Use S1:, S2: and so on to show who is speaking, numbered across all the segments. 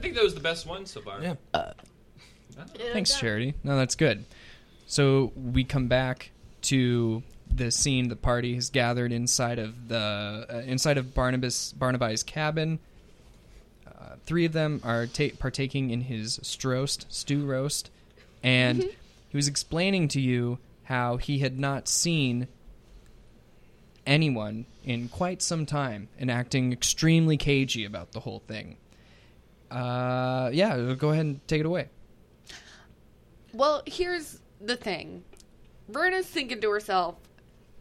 S1: think that was the best one so far.
S2: Yeah.
S3: Yeah,
S4: Thanks,
S3: that-
S4: Charity. No, that's good. So we come back to the scene. The party has gathered inside of the uh, inside of Barnabas Barnaby's cabin. Uh, three of them are ta- partaking in his stroast stew roast, and
S3: Mm-hmm.
S4: he was explaining to you how he had not seen anyone in quite some time and acting extremely cagey about the whole thing. Uh, yeah, go ahead and take it away.
S3: Well, here's the thing. Verna's thinking to herself,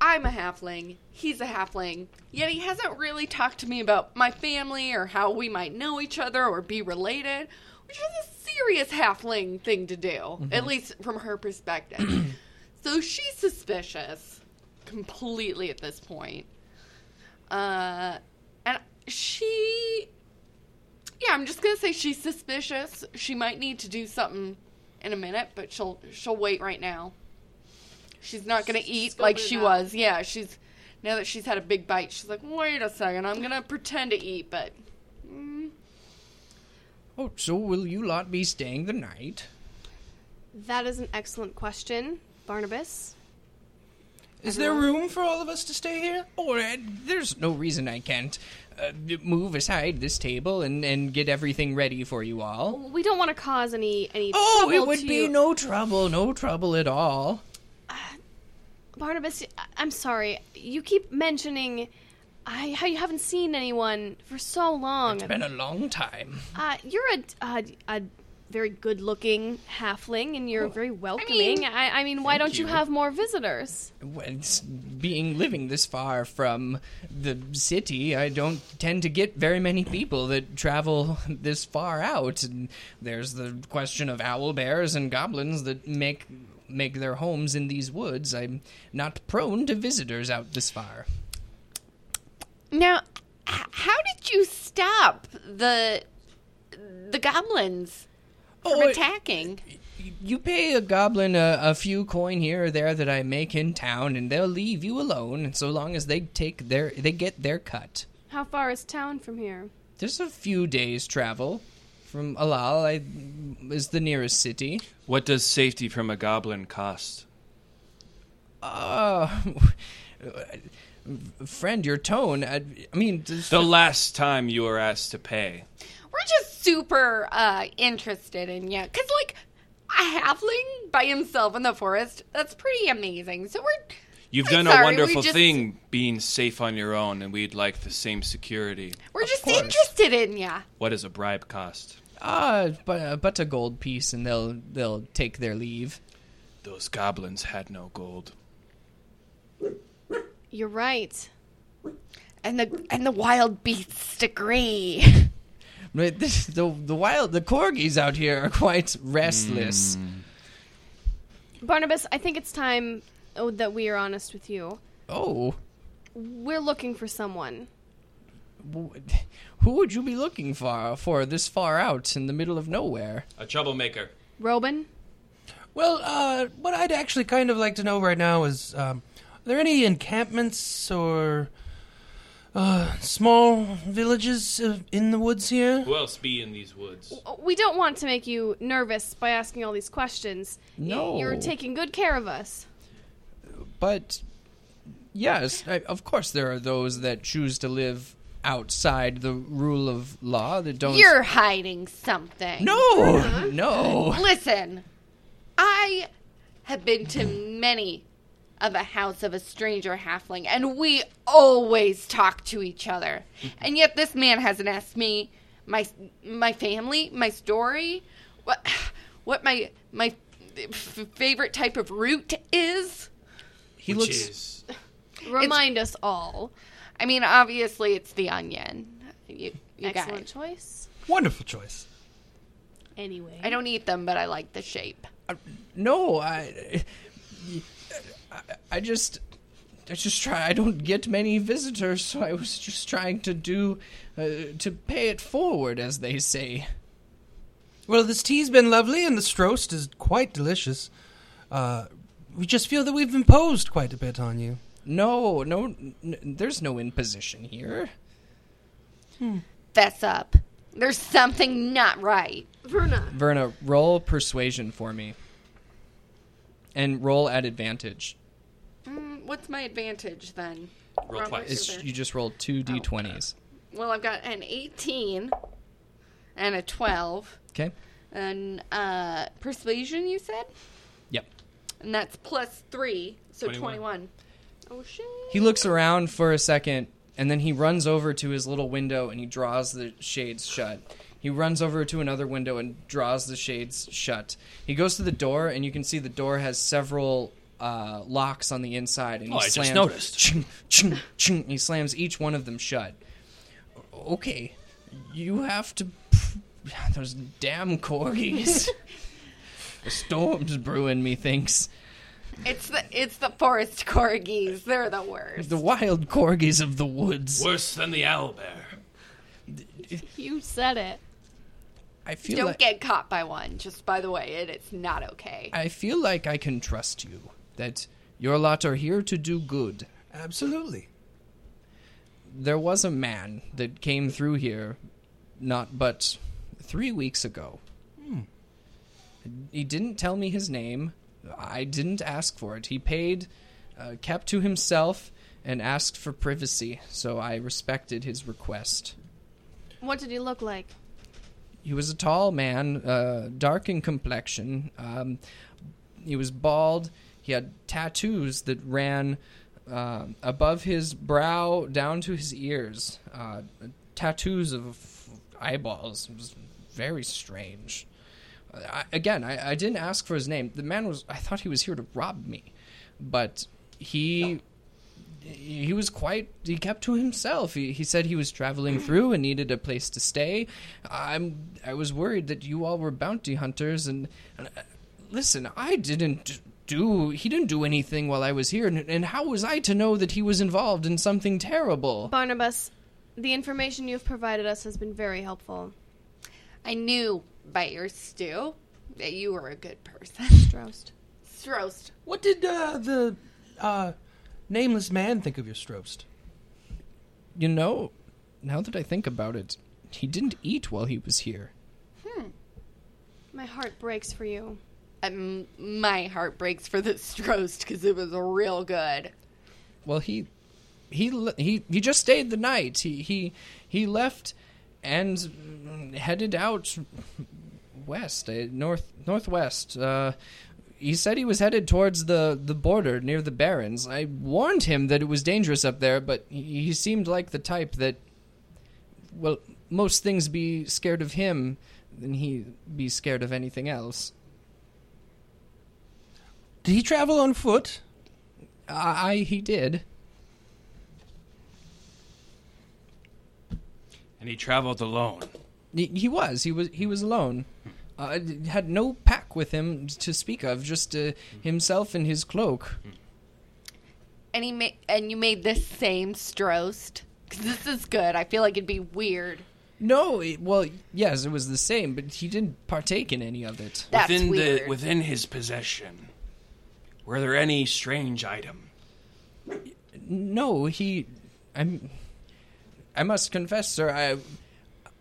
S3: I'm a halfling, he's a halfling, yet he hasn't really talked to me about my family or how we might know each other or be related, which is a serious halfling thing to do, at least from her perspective. so she's suspicious completely at this point. Uh, and she yeah, I'm just gonna say she's suspicious. She might need to do something in a minute, but she'll she'll wait right now. She's not gonna eat
S5: go
S3: like
S5: do
S3: she
S5: that.
S3: was. Yeah, she's now that she's had a big bite, she's like, wait a second, I'm gonna pretend to eat, but
S4: Oh, so will you lot be staying the night?
S5: That is an excellent question, Barnabas.
S4: Is there room for all of us to stay here? Or uh, there's no reason I can't uh, move aside this table and, and get everything ready for you all.
S5: We don't want to cause any any.
S4: Oh, it
S5: trouble
S4: would
S5: to
S4: be
S5: you.
S4: no trouble, no trouble at all.
S5: Barnabas, I- I'm sorry. You keep mentioning I, how you haven't seen anyone for so long.
S4: It's been a long time.
S5: Uh, you're a, a, a very good looking halfling and you're very welcoming. I mean, I, mean why don't you.
S4: you.
S5: have more visitors?
S4: Well, it's- being living this far from the city, I don't tend to get very many people that travel this far out. And there's the question of owl bears and goblins that make make their homes in these woods. I'm not prone to visitors out this far.
S3: now, h- how did you stop the the goblins from
S4: Oh, it-
S3: attacking?
S4: You pay a goblin a, a few coin here or there that I make in town, and they'll leave you alone so long as they take their they get their cut.
S5: How far is town from here?
S4: There's a few days travel from Alal. I is the nearest city.
S1: What does safety from a goblin cost?
S4: Uh, friend, your tone. I, I mean, does-
S1: The last time you were asked to pay.
S3: We're just super uh, interested in you. Because, like, a halfling by himself in the forest, that's pretty amazing. So we're.
S1: You've
S3: I'm
S1: done
S3: sorry,
S1: a
S3: we
S1: wonderful
S3: just-
S1: thing being safe on your own, and we'd like the same security.
S3: We're just
S4: course.
S3: interested in ya.
S1: What does a bribe cost?
S4: ah, but but a gold piece, and they'll they'll take their leave.
S1: Those goblins had no gold.
S5: You're right.
S3: And the and the wild beasts degree.
S4: But this, the the wild the corgis out here are quite restless.
S5: Barnabas, I think it's time oh, that we are honest with you.
S4: Oh,
S5: We're looking for someone.
S4: w- who would you be looking for for this far out in the middle of nowhere?
S1: A troublemaker.
S5: Robin?
S2: Well, uh, what I'd actually kind of like to know right now is um, are there any encampments or uh, small villages uh, in the woods here?
S1: Who else be in these woods?
S5: We don't want to make you nervous by asking all these questions. Y-
S4: No.
S5: You're taking good care of us.
S4: But yes, I, of course there are those that choose to live outside the rule of law that don't.
S3: You're hiding something.
S4: no, no.
S3: Listen, I have been to many of a house of a stranger halfling, and we always talk to each other. And yet, this man hasn't asked me my my family, my story, what what my my f- favorite type of root is.
S4: He
S1: Which
S4: looks.
S1: is
S5: Remind us all.
S3: I mean, obviously, it's the onion. You, you
S5: Excellent
S3: guys.
S5: choice.
S2: Wonderful choice.
S5: Anyway.
S3: I don't eat them, but I like the shape.
S4: No, I, I, I just, I just try. I don't get many visitors, so I was just trying to do, uh, to pay it forward, as they say.
S2: Well, this tea's been lovely, and the stroast is quite delicious. Uh, we just feel that we've imposed quite a bit on you.
S4: No, no, n- there's no imposition here.
S3: Fess up. There's something not right.
S5: Verna.
S4: Verna, roll persuasion for me. And roll at advantage.
S3: Mm, what's my advantage then?
S1: Roll
S3: Robert,
S1: twice.
S3: you're
S4: It's,
S3: there.
S4: you just rolled two d20s.
S3: Well, I've got an 18 and a 12
S4: Okay?
S3: and uh, persuasion. You said,
S4: Yep.
S3: and that's plus three, so
S1: 21.
S3: 21. Oh shit!
S4: He looks around for a second and then he runs over to his little window and he draws the shades shut. He runs over to another window and draws the shades shut. He goes to the door and you can see the door has several uh, locks on the inside and
S1: Oh,
S4: he
S1: I just
S4: slams
S1: noticed.
S4: Chung, chung, chung, he slams each one of them shut. Okay. You have to those damn corgis. the storm's brewing me thinks.
S3: It's the it's the forest corgis. They're the worst.
S4: The wild corgis of the woods.
S1: Worse than the owl bear.
S5: You said it.
S4: I feel
S3: Don't
S4: like-
S3: get caught by one. Just by the way, it, it's not okay.
S4: I feel like I can trust you. That your lot are here to do good.
S2: Absolutely.
S4: There was a man that came through here not but three weeks ago. He didn't tell me his name. I didn't ask for it. He paid, uh, kept to himself, and asked for privacy, so I respected his request.
S5: What did he look like?
S4: He was a tall man, uh, dark in complexion. Um, he was bald. He had tattoos that ran uh, above his brow down to his ears. Uh, tattoos of eyeballs. It was very strange. I, again, I, I didn't ask for his name. The man was. I thought he was here to rob me, but he he was quite he kept to himself he, he said he was traveling through and needed a place to stay i'm i was worried that you all were bounty hunters and, and uh, listen i didn't do he didn't do anything while i was here and, and how was i to know that he was involved in something terrible
S5: Barnabas, the information you've provided us has been very helpful.
S3: I knew by your stew that you were a good person.
S5: Drost.
S3: Strost.
S2: What did uh, the uh, nameless man think of your Strobst?
S4: you know now that i think about it he didn't eat while he was here
S5: My heart breaks for you.
S3: Um, my heart breaks for the Strost because it was real good.
S4: Well, he he le- he he just stayed the night. He he he left and mm, headed out west, uh, north northwest. Uh, he said he was headed towards the the border near the Barrens. I warned him that it was dangerous up there, but he, he seemed like the type that well, most things be scared of him than he be scared of anything else.
S2: Did he travel on foot?
S4: I, I he did.
S1: And he traveled alone.
S4: He he was. He was. He was alone. Uh, d- had no pack with him to speak of. Just uh, himself and his cloak.
S3: And he ma- and you made this same Strost because this is good. I feel like it'd be weird.
S4: No. It, well, yes, it was the same, but he didn't partake in any of it.
S3: That's
S1: within
S3: weird.
S1: the within his possession. Were there any strange item?
S4: No, he. I'm. I must confess, sir. I.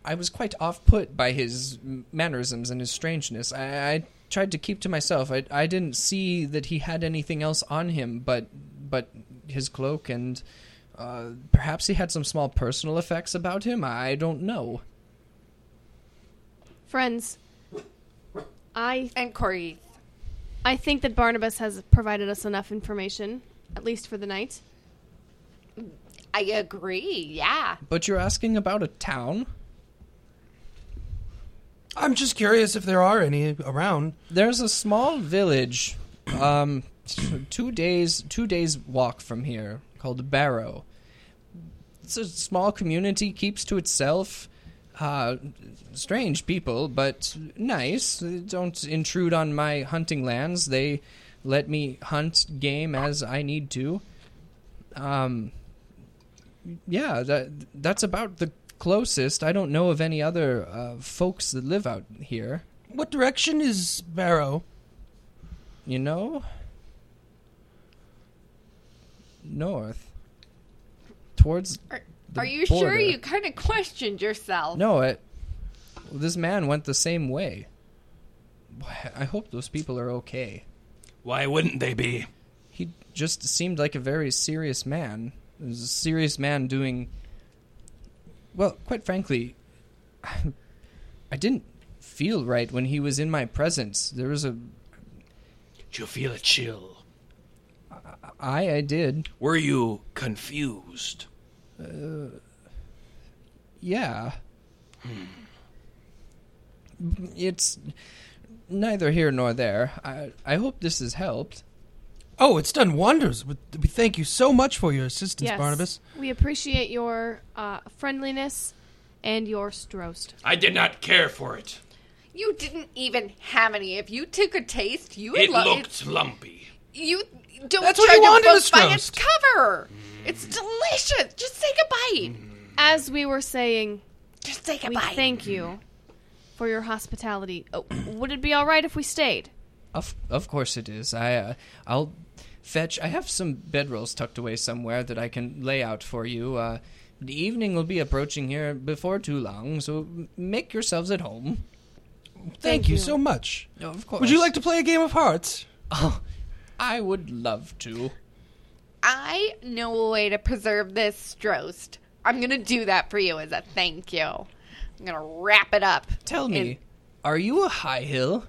S4: I was quite off put by his mannerisms and his strangeness. I, I tried to keep to myself. I, I didn't see that he had anything else on him, but but his cloak and uh, perhaps he had some small personal effects about him. I don't know.
S5: Friends, I
S3: and Corey.
S5: I think that Barnabas has provided us enough information, at least for the night.
S3: I agree. Yeah.
S4: But you're asking about a town.
S2: I'm just curious if there are any around.
S4: There's a small village, um, two days two days walk from here called Barrow. It's a small community, keeps to itself. Uh, strange people, but nice. They Don't intrude on my hunting lands. They let me hunt game as I need to. Um, yeah, that that's about the closest. I don't know of any other uh, folks that live out here.
S2: What direction is Barrow?
S4: You know? North. Towards.
S3: Are,
S4: The
S3: are you
S4: border.
S3: sure you kind of questioned yourself?
S4: No, it. this man went the same way. Why- I hope those people are okay.
S1: Why wouldn't they be?
S4: He just seemed like a very serious man. He was a serious man doing. Well, quite frankly, I didn't feel right when he was in my presence. There was a.
S1: Did you feel a chill?
S4: I, I did.
S1: Were you confused?
S4: Yeah. It's neither here nor there. I I hope this has helped.
S2: Oh, it's done wonders. We we thank you so much for your assistance, Barnabas.
S5: We appreciate your uh, friendliness and your strost.
S1: I did not care for it.
S3: You didn't even have any. If you took a taste, you would
S1: It
S3: love
S1: looked lumpy.
S3: You don't
S2: That's
S3: judge
S2: what you want
S3: a
S2: in
S3: book
S2: a
S3: by its
S2: roast.
S3: cover. It's delicious. Just take a bite.
S5: As we were saying,
S3: Just take a
S5: we
S3: bite.
S5: thank you for your hospitality. Oh, would it be all right if we stayed?
S4: Of of course it is. I uh, I'll fetch. I have some bedrolls tucked away somewhere that I can lay out for you. Uh, the evening will be approaching here before too long, so make yourselves at home.
S2: Thank,
S5: Thank
S2: you
S5: you.
S2: so much.
S4: Of course.
S2: Would you like to play a game of hearts?
S4: Oh, I would love to.
S3: I know a way to preserve this stroast. I'm gonna do that for you as a thank you. I'm gonna wrap it up.
S4: Tell me, are you a high hill?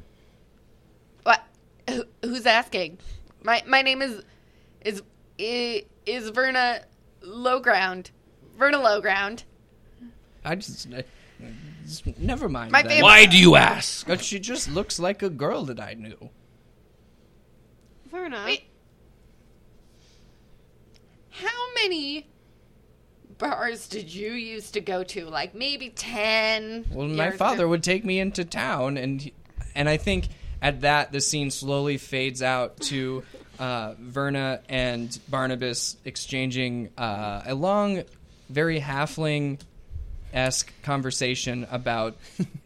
S3: What? Who, who's asking? My my name is is i- is Verna Lowground. Verna Lowground.
S4: I just. I- just- Never mind.
S3: My
S4: then.
S3: fam-
S1: Why do you ask?
S4: But she just looks like a girl that I knew.
S5: Verna.
S3: Wait. How many bars did you used to go to? Like maybe ten.
S4: Well, my
S3: years
S4: father
S3: ago?
S4: would take me into town, and he- and I think at that the scene slowly fades out to uh, Verna and Barnabas exchanging uh, a long, very halfling esque conversation about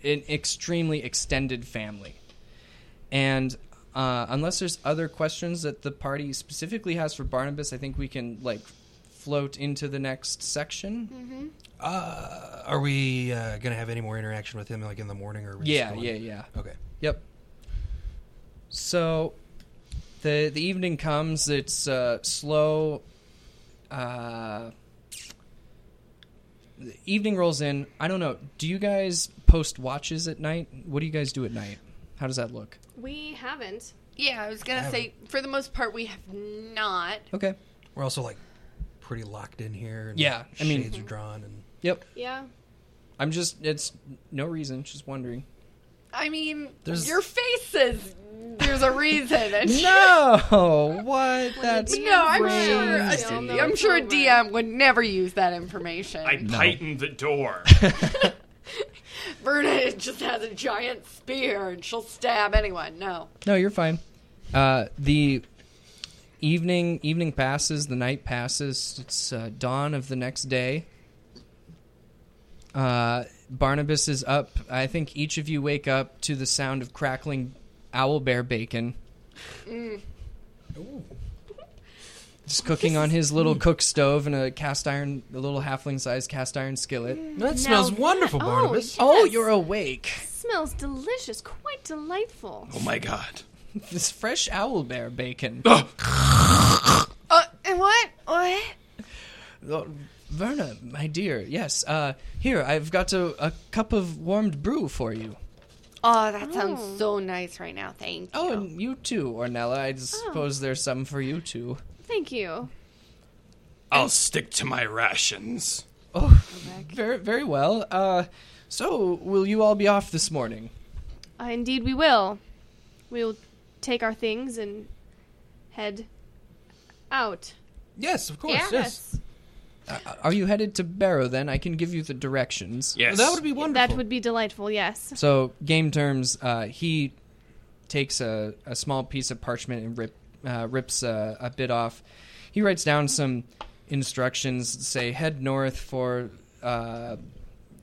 S4: an extremely extended family. And uh, unless there's other questions that the party specifically has for Barnabas, I think we can like float into the next section.
S2: Uh, are we uh, going to have any more interaction with him, like in the morning, or are we just
S4: Yeah,
S2: going-
S4: yeah, yeah.
S2: Okay.
S4: Yep. So, the the evening comes. It's uh, slow. Uh, the evening rolls in. I don't know. Do you guys post watches at night? What do you guys do at night? How does that look?
S5: We haven't.
S3: Yeah, I was gonna say for the most part we have not.
S4: Okay.
S2: We're also like pretty locked in here. And
S4: Yeah, I mean-
S2: shades are drawn, and
S4: Yep.
S5: Yeah.
S4: I'm just. It's no reason. Just wondering.
S3: I mean,
S2: There's-
S3: your faces. There's a reason. And
S4: No. What? That's
S3: No, I'm sure.
S5: Right.
S3: a-
S5: Y'all know
S3: I'm
S5: it's
S3: sure a
S5: over.
S3: DM would never use that information.
S1: I tightened the door.
S3: Verna just has a giant spear and she'll stab anyone. No.
S4: No, you're fine. Uh, the evening evening passes, the night passes. It's uh, dawn of the next day. Uh, Barnabas is up. I think each of you wake up to the sound of crackling owl bear bacon. Just cooking on his little cook stove in a cast iron, a little halfling sized cast iron skillet.
S2: that smells wonderful,
S5: oh,
S2: Barnabas.
S4: Oh, you're awake!
S5: Smells delicious, quite delightful.
S1: oh my god.
S4: This fresh owl bear bacon.
S3: Uh, and what? What?
S4: Oh, Verna, my dear, yes. Uh, here, I've got a, a cup of warmed brew for you.
S3: Oh, that sounds so nice right now. Thank you.
S4: Oh, and you too, Ornella. I suppose there's some for you too.
S5: Thank you.
S1: I'll stick to my rations.
S4: Oh, very, very well. Uh, so, will you all be off this morning?
S5: Uh, indeed, we will. We'll take our things and head out.
S2: Yes, of course.
S3: Yeah.
S2: Yes.
S4: Are you headed to Barrow then? I can give you the directions.
S1: Yes.
S2: That would be wonderful.
S5: That would be delightful, yes.
S4: So, game terms, uh, he takes a, a small piece of parchment and rip, uh, rips a, a bit off. He writes down some instructions. that Say, head north for. Uh,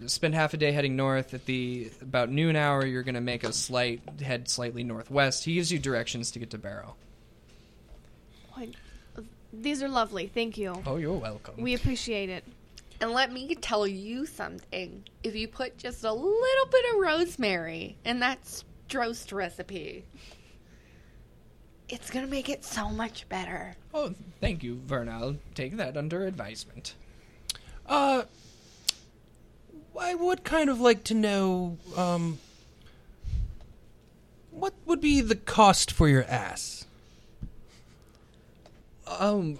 S4: spend half a day heading north. At the about noon hour, you're going to make a slight head slightly northwest. He gives you directions to get to Barrow.
S5: These are lovely. Thank you.
S4: Oh, you're welcome.
S5: We appreciate it.
S3: And let me tell you something. If you put just a little bit of rosemary in that Strost recipe, it's going to make it so much better.
S4: Oh, thank you, Verna. I'll take that under advisement.
S2: Uh, I would kind of like to know um, what would be the cost for your ass?
S4: Um,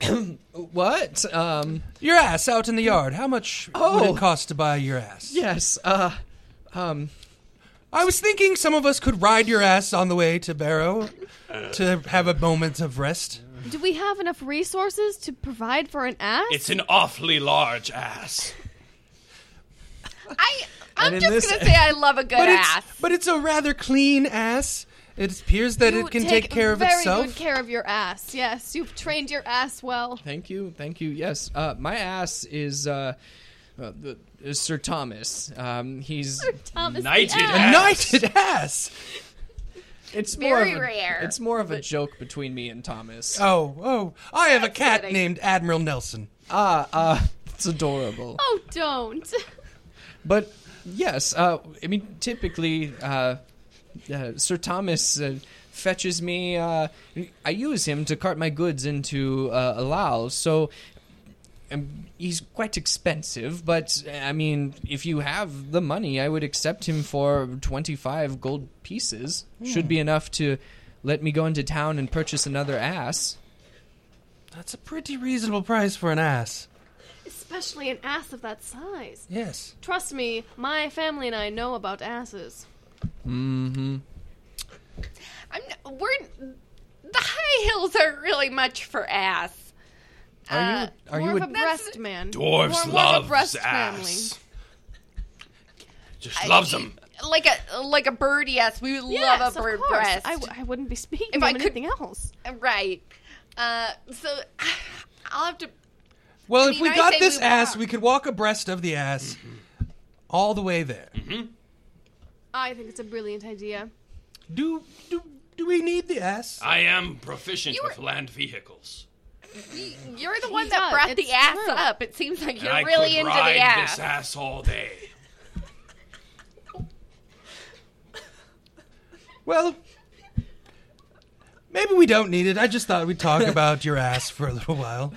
S4: what? Um,
S2: Your ass out in the yard. How much would
S4: Oh.
S2: it cost to buy your ass?
S4: yes, uh, um,
S2: I was thinking some of us could ride your ass on the way to Barrow to have a moment of rest.
S5: Do we have enough resources to provide for an ass?
S1: It's an awfully large ass.
S3: I, I'm
S4: in
S3: just
S4: this-
S3: going to say I love a good
S2: But
S3: ass.
S2: it's but it's a rather clean ass. It appears that
S5: You
S2: it can take, care of
S5: very
S2: itself.
S5: good care of your ass. Yes, you've trained your ass well.
S4: thank you, thank you. Yes, uh, my ass is, uh, uh, the- is Sir Thomas. Um, he's,
S5: Thomas the
S1: Knighted
S5: ass.
S2: a
S1: ass.
S2: knighted ass.
S4: it's
S3: Very
S4: more of a,
S3: rare,
S4: It's more of a joke between me and Thomas.
S2: Oh, oh! I have a cat
S3: kidding.
S2: named Admiral Nelson.
S4: Ah, uh, it's adorable.
S5: Oh, don't.
S4: But yes, uh, I mean, typically, uh, uh, Sir Thomas uh, fetches me. Uh, I use him to cart my goods into uh, a lough, so um, he's quite expensive. But I mean, if you have the money, I would accept him for twenty-five gold pieces. Should be enough to let me go into town and purchase another ass.
S2: That's a pretty reasonable price for an ass.
S5: Especially an ass of that size.
S2: Yes.
S5: Trust me, my family and I know about asses.
S4: Mm-hmm.
S3: I'm not, we're the high hills aren't really much for ass.
S4: Are you-
S3: Uh,
S4: Are
S5: More
S4: you
S5: of a
S4: a-
S5: breast man.
S1: Dwarves
S5: More- more of a
S1: love
S5: breast
S1: ass.
S5: family.
S1: Just loves them.
S3: like a like a bird? Yes, we would
S5: Yes,
S3: love a
S5: of
S3: bird
S5: course.
S3: breast.
S5: I, w- I wouldn't be speaking
S3: If
S5: of
S3: I could-
S5: anything else.
S3: right. Uh, so I'll have to.
S2: Well,
S3: I
S2: if
S3: mean,
S2: we
S3: I
S2: got
S3: say
S2: this
S3: we
S2: ass,
S3: walk.
S2: we could walk abreast of the ass all the way there.
S5: I think it's a brilliant idea.
S2: Do do do we need the ass?
S1: I am proficient
S3: You
S1: with land vehicles.
S3: You're the one
S5: He
S3: that
S5: does.
S3: brought
S5: It's
S3: the ass
S5: true.
S3: up. It seems like
S1: And
S3: you're
S1: I
S3: really
S1: could
S3: into
S1: ride
S3: the ass.
S1: this ass all day.
S2: Well, maybe we don't need it. I just thought we'd talk about your ass for a little while.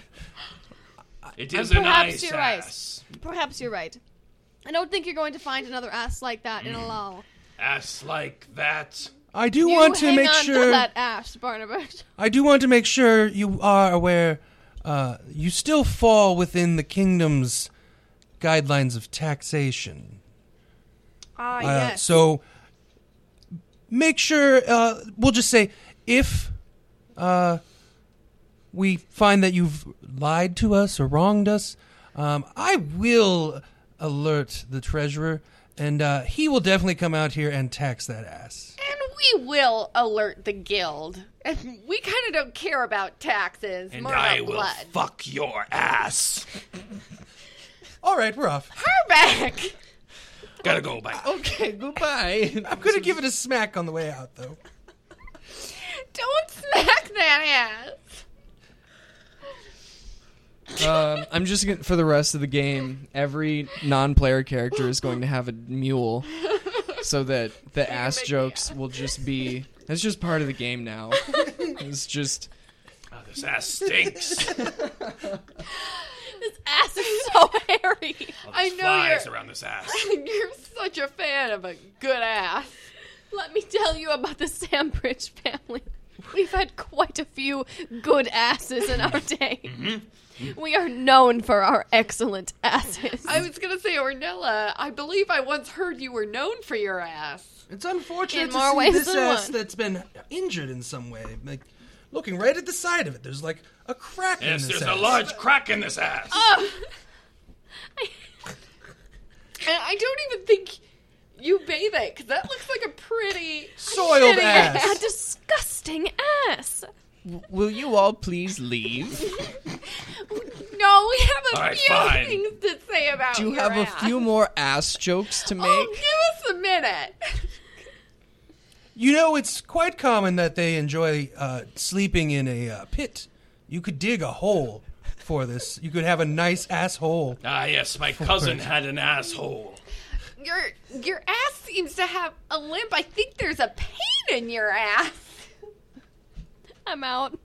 S1: It is a
S5: perhaps
S1: nice
S5: you're right.
S1: ass.
S5: Perhaps you're right. I don't think you're going to find another ass like that
S2: Mm.
S5: in a lull.
S1: Ass like that.
S2: I do
S5: You
S2: want to
S5: hang
S2: make
S5: on
S2: sure
S5: to that ass, Barnabas.
S2: I do want to make sure you are aware uh, you still fall within the kingdom's guidelines of taxation.
S5: Ah,
S2: Uh, So make sure uh, we'll just say if uh, we find that you've lied to us or wronged us, um, I will alert the treasurer, and uh, he will definitely come out here and tax that ass.
S3: And we will alert the guild. And we kind of don't care about taxes.
S1: And
S3: more
S1: I
S3: about
S1: will
S3: blood.
S1: fuck your ass.
S2: All right, we're off.
S3: Her back.
S1: Gotta go back.
S3: Oh.
S4: okay, goodbye.
S2: I'm gonna give it a smack on the way out, though.
S3: Don't smack that ass.
S4: um, I'm just gonna, for the rest of the game, every non-player character is going to have a mule, so that the ass jokes will just be. That's just part of the game now. It's just
S1: Oh, this ass stinks.
S5: His ass is so hairy.
S1: All
S3: I
S1: these
S3: know
S1: flies
S3: you're-
S1: around this ass.
S3: You're such a fan of a good ass.
S5: Let me tell you about the Sandbridge family. We've had quite a few good asses in our day. We are known for our excellent asses.
S3: I was gonna say, Ornella, I believe I once heard you were known for your ass.
S2: It's unfortunate
S5: In
S2: to
S5: more
S2: see
S5: ways
S2: this
S5: than
S2: ass
S5: one.
S2: that's been injured in some way. Like looking right at the side of it, there's like a crack in
S1: Yes,
S2: this
S1: there's
S2: ass.
S1: a large crack in this ass.
S3: Oh. And I don't even think you bathe it, because that looks like a pretty.
S2: soiled
S3: shitty
S2: ass.
S5: a disgusting ass.
S4: Will you all please leave?
S3: No, we have a
S1: All right,
S3: few
S1: fine.
S3: things to say about
S4: Do you
S3: your
S4: have a
S3: ass.
S4: few more ass jokes to
S3: Oh,
S4: make?
S3: give us a minute.
S2: You know, it's quite common that they enjoy uh, sleeping in a uh, pit. You could dig a hole for this. You could have a nice asshole.
S1: Ah, yes, my cousin had an asshole.
S3: Your your ass seems to have a limp. I think there's a pain in your ass.
S5: I'm out.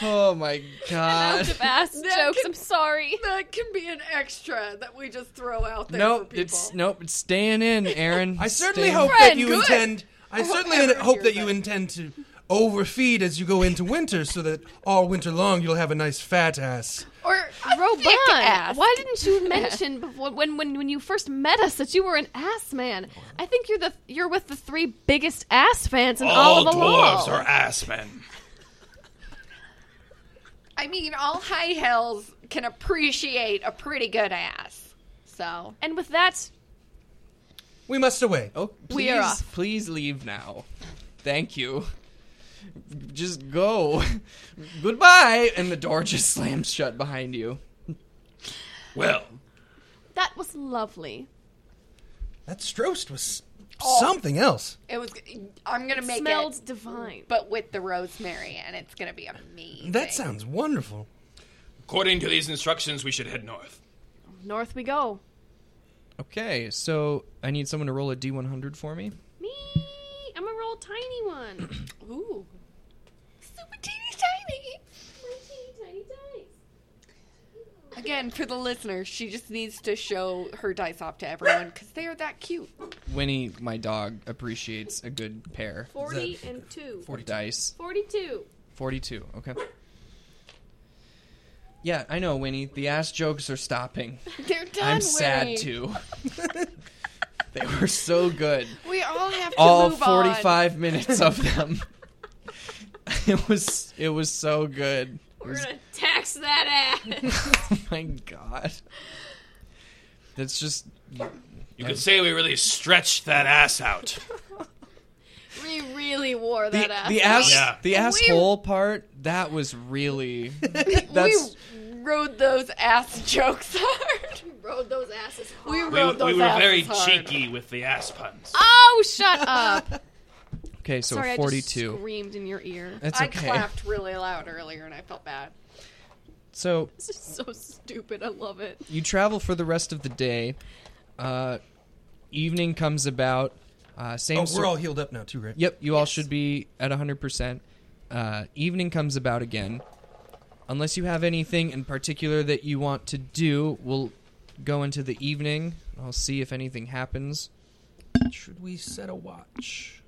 S4: Oh my
S5: Out
S4: god.
S5: of ass
S3: That
S5: jokes.
S3: could-
S5: I'm sorry.
S3: That can be an extra that we just throw out there. for
S4: Nope,
S3: people.
S4: it's nope, it's staying in, Aaron.
S2: I certainly
S4: Staying-
S2: hope that
S3: Friend,
S2: you
S3: good.
S2: intend. I certainly
S3: ever
S2: hope
S3: hear
S2: that you
S3: that.
S2: intend to overfeed as you go into winter, so that all winter long you'll have a nice fat ass.
S3: or a
S5: Roban,
S3: thick ass.
S5: why didn't you mention before, when, when when you first met us that you were an ass man? I think you're the you're with the three biggest ass fans in all,
S1: All
S5: of the
S1: dwarves
S5: world.
S1: are ass men.
S3: I mean, all high hells can appreciate a pretty good ass. So
S5: and with that,
S2: We must away.
S4: Oh, please,
S5: We are off.
S4: please leave now. Thank you. Just go. Goodbye. And the door just slams shut behind you.
S1: Well,
S5: that was lovely.
S2: That Strost was
S3: Oh.
S2: something else.
S3: it was. I'm gonna make
S5: Smelled
S3: it,
S5: divine.
S3: but with the rosemary, and it's gonna be amazing.
S2: That sounds wonderful.
S1: according to these instructions, we should head north.
S5: North we go.
S4: Okay, so I need someone to roll a d100 for me.
S5: Me, I'm a roll tiny one.
S3: Ooh, super teeny tiny. Again, for the listeners, she just needs to show her dice off to everyone because they are that cute.
S4: Winnie, my dog, appreciates a good pair
S5: Forty and two.
S4: of dice.
S5: Forty-two.
S4: 42, okay. Yeah, I know, Winnie. The ass jokes are stopping.
S3: They're done.
S4: I'm sad
S3: Winnie.
S4: too. they were so good.
S3: We all have to
S4: all
S3: move on.
S4: 45 minutes of them. it was it was so good. It
S5: We're
S4: was-
S5: gonna tax that ass.
S4: oh my god. That's just
S1: You could say we really stretched that ass out.
S5: we really wore
S4: the,
S5: that ass.
S4: the ass
S1: Yeah.
S4: the asshole part. That was really that's
S3: We rode those ass jokes hard.
S5: Rode those asses.
S3: We
S5: hard.
S1: We,
S3: rode those
S1: we were
S3: asses Ah.
S1: very
S3: hard.
S1: cheeky with the ass puns.
S5: Oh, shut up.
S4: okay. So
S5: Sorry, I
S4: 42.
S5: just screamed in your ear.
S4: That's
S3: I
S4: okay.
S3: clapped really loud earlier and I felt bad.
S4: So
S5: This is so stupid. I love it.
S4: you travel for the rest of the day. Uh, evening comes about. Uh, same.
S2: Oh,
S4: sor-
S2: we're all healed up now too, right?
S4: Yep, you all should be at 100%. Uh, evening comes about again. Unless you have anything in particular that you want to do, we'll go into the evening. I'll see if anything happens.
S2: Should we set a watch?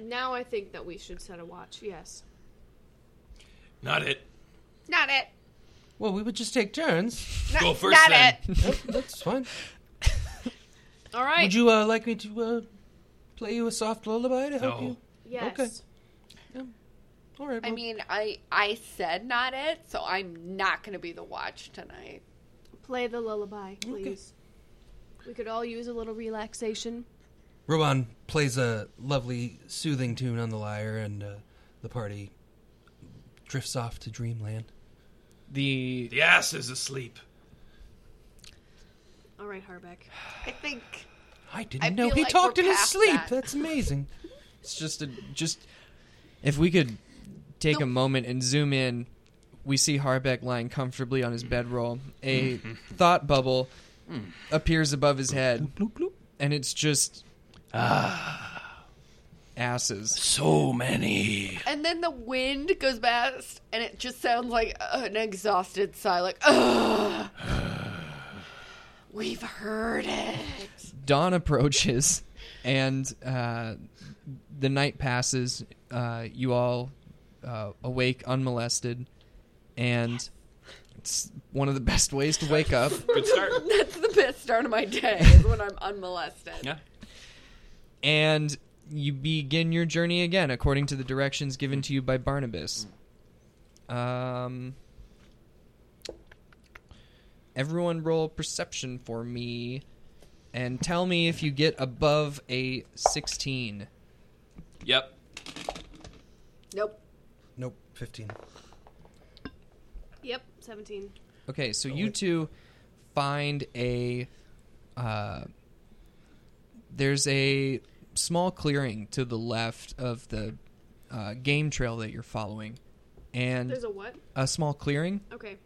S5: Now I think that we should set a watch. Yes.
S1: Not it.
S3: Not it.
S2: Well, we would just take turns.
S3: Not,
S1: Go first
S3: not
S1: then.
S3: it.
S2: Yep, that's fine.
S5: All right.
S2: Would you uh, like me to uh, play you a soft lullaby to help
S1: No.
S2: you?
S5: yes.
S2: Okay. All right.
S3: I
S2: well,
S3: mean, I I said not it, so I'm not going to be the watch tonight.
S5: Play the lullaby, please. We could all use a little relaxation.
S2: Rowan plays a lovely, soothing tune on the lyre, and uh, the party drifts off to dreamland.
S4: The
S1: The ass is asleep.
S5: All right, Harbeck.
S3: I think
S2: I didn't
S3: I
S2: know
S3: feel
S2: he
S3: like
S2: talked
S3: we're
S2: in his
S3: past
S2: sleep.
S3: that.
S2: That's amazing.
S4: it's just a just if we could take a moment and zoom in, we see Harbeck lying comfortably on his bedroll. A thought bubble appears above his head, and it's just asses.
S1: So many.
S3: and then the wind goes past and it just sounds like an exhausted sigh like Ugh. We've heard it.
S4: dawn approaches and uh, the night passes uh, you all uh, awake unmolested and it's one of the best ways to wake up
S1: Good start.
S3: That's the best start of my day is when I'm unmolested.
S1: yeah.
S4: and you begin your journey again according to the directions given to you by barnabas um, everyone roll perception for me and tell me if you get above a 16
S1: Yep.
S3: Nope.
S2: Nope, 15.
S5: Yep, 17.
S4: Okay, so you two find a uh, there's a small clearing to the left of the uh, game trail that you're following, and
S5: There's a what?
S4: a small clearing.
S5: Okay.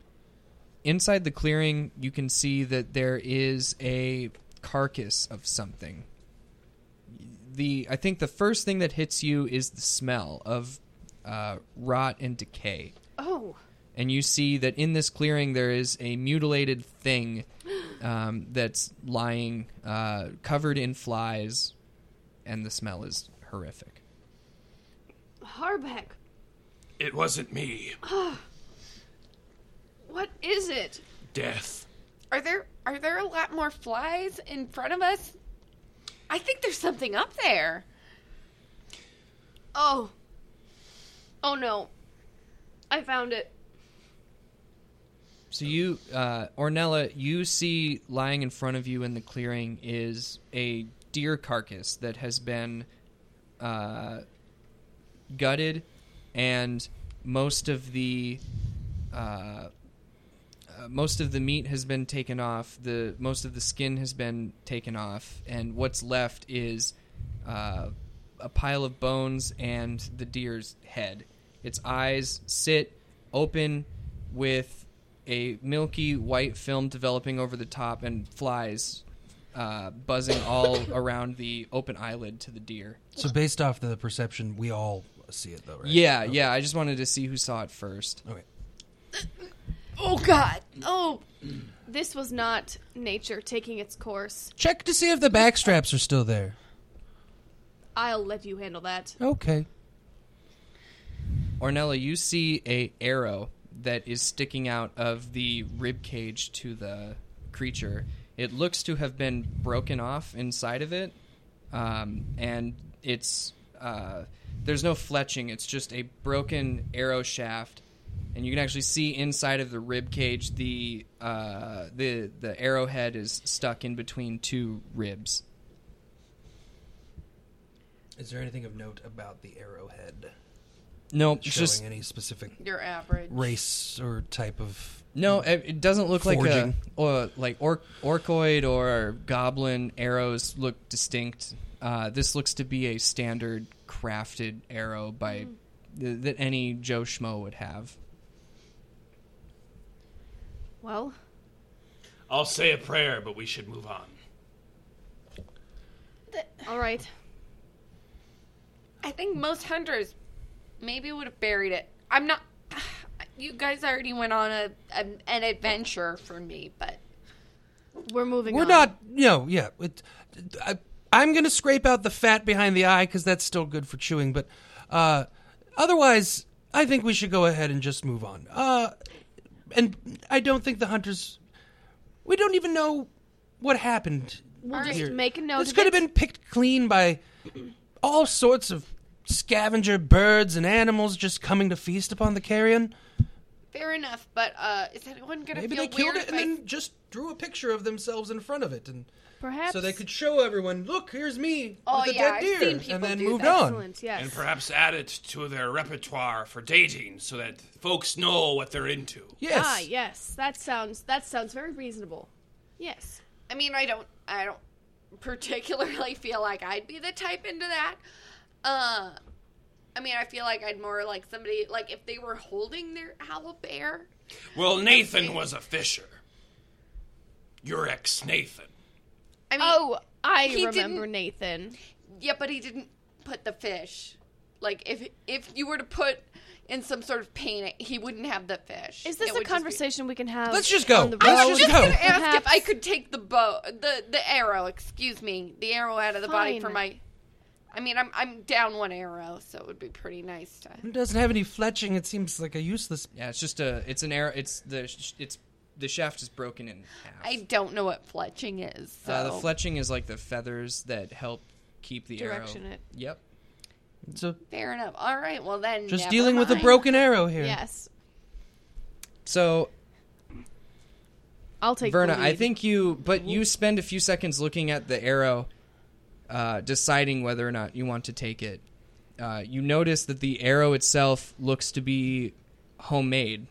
S4: Inside the clearing, you can see that there is a carcass of something. The I think the first thing that hits you is the smell of uh, rot and decay.
S5: Oh.
S4: and you see that in this clearing there is a mutilated thing um, that's lying uh, covered in flies, and the smell is horrific.
S5: Harbeck.
S1: It wasn't me.
S5: What is it?
S1: Death.
S3: Are there are there a lot more flies in front of us? I think there's something up there.
S5: Oh. Oh no. I found it.
S4: So you, uh, Ornella, you see lying in front of you in the clearing is a deer carcass that has been uh, gutted, and most of the uh, uh, most of the meat has been taken off. The most of the skin has been taken off, and what's left is uh, a pile of bones and the deer's head. Its eyes sit open with a milky white film developing over the top and flies uh, buzzing all around the open eyelid to the deer.
S2: So based off the perception, we all see it though, right?
S4: Yeah, yeah. I just wanted to see who saw it first.
S2: Okay.
S5: Oh god. Oh. This was not nature taking its course.
S2: Check to see if the back straps are still there.
S5: I'll let you handle that.
S2: Okay.
S4: Ornella, you see a arrow that is sticking out of the rib cage to the creature. It looks to have been broken off inside of it, um, and it's uh, there's no fletching. It's just a broken arrow shaft, and you can actually see inside of the rib cage the uh, the the arrowhead is stuck in between two ribs.
S2: Is there anything of note about the arrowhead?
S4: Nope, it's
S2: Showing
S4: just
S2: any specific
S3: You're average.
S2: race or type of
S4: No, it it doesn't look
S2: Forging.
S4: like a or like orc, orcoid or goblin arrows look distinct. Uh, this looks to be a standard crafted arrow by
S5: Hmm.
S4: th- that any Joe Schmo would have.
S5: Well,
S1: I'll say a prayer, but we should move on.
S5: all right.
S3: I think most hunters maybe would have buried it. I'm not. You guys already went on a, a an adventure for me, but
S5: We're moving
S2: We're
S5: on.
S2: not no, yeah. It, I, I'm going to scrape out the fat behind the eye cuz that's still good for chewing, but uh otherwise I think we should go ahead and just move on. Uh and I don't think the hunters we don't even know what happened.
S5: We'll just
S2: here.
S5: make a note
S2: This
S5: of
S2: could
S5: it.
S2: have been picked clean by all sorts of scavenger birds and animals just coming to feast upon the carrion.
S3: fair enough. But uh, is anyone gonna
S2: Maybe
S3: feel
S2: they killed
S3: weird
S2: it
S3: if
S2: and
S3: I-
S2: then just drew a picture of themselves in front of it, and
S5: Perhaps.
S2: so they could show everyone, look, here's me
S3: Oh,
S2: with a
S3: yeah,
S2: dead
S3: I've
S2: deer,
S3: seen people
S2: and then
S3: do
S2: moved
S3: that.
S2: on.
S5: Excellent. Yes.
S1: And perhaps add it to their repertoire for dating so that folks know what they're into.
S2: Yes,
S5: Ah, yes. That sounds that sounds very reasonable. Yes.
S3: I mean, I don't, I don't particularly feel like I'd be the type into that. Uh, I mean, I feel like I'd more like somebody like if they were holding their owl bear.
S1: Well, Nathan was a fisher. Your ex Nathan.
S3: I mean,
S5: Oh, I
S3: He
S5: remember
S3: didn't-
S5: Nathan.
S3: yeah, but he didn't put the fish. Like if if you were to put in some sort of painting, he wouldn't have the fish.
S5: Is this
S3: It
S5: a
S3: would just be-
S5: conversation we can have?
S2: Let's just go.
S5: on the
S2: I
S3: I
S2: Well,
S3: was
S5: road?
S2: let's
S3: just
S2: go.
S3: gonna ask if I
S5: Perhaps-
S3: could take the bow, the the arrow. Excuse me, the arrow out of the body for
S5: Fine.
S3: my. I mean, I'm I'm down one arrow, so it would be pretty nice to.
S2: it doesn't have any fletching. It seems like a useless.
S4: Yeah, it's just a it's an arrow. It's the sh- it's the shaft is broken in half.
S3: I don't know what fletching is. So.
S4: uh, the fletching is like the feathers that help keep the
S5: Direction
S4: arrow.
S5: it.
S4: Yep.
S2: So
S3: Fair enough. All right. Well then,
S2: just
S3: never
S2: dealing with a
S3: mind.
S2: broken arrow here.
S5: Yes.
S4: So
S5: I'll take the
S4: Verna, I
S5: lead. Mm-hmm.
S4: think you, but you spend a few seconds looking at the arrow, uh, deciding whether or not you want to take it. Uh, you notice that the arrow itself looks to be homemade.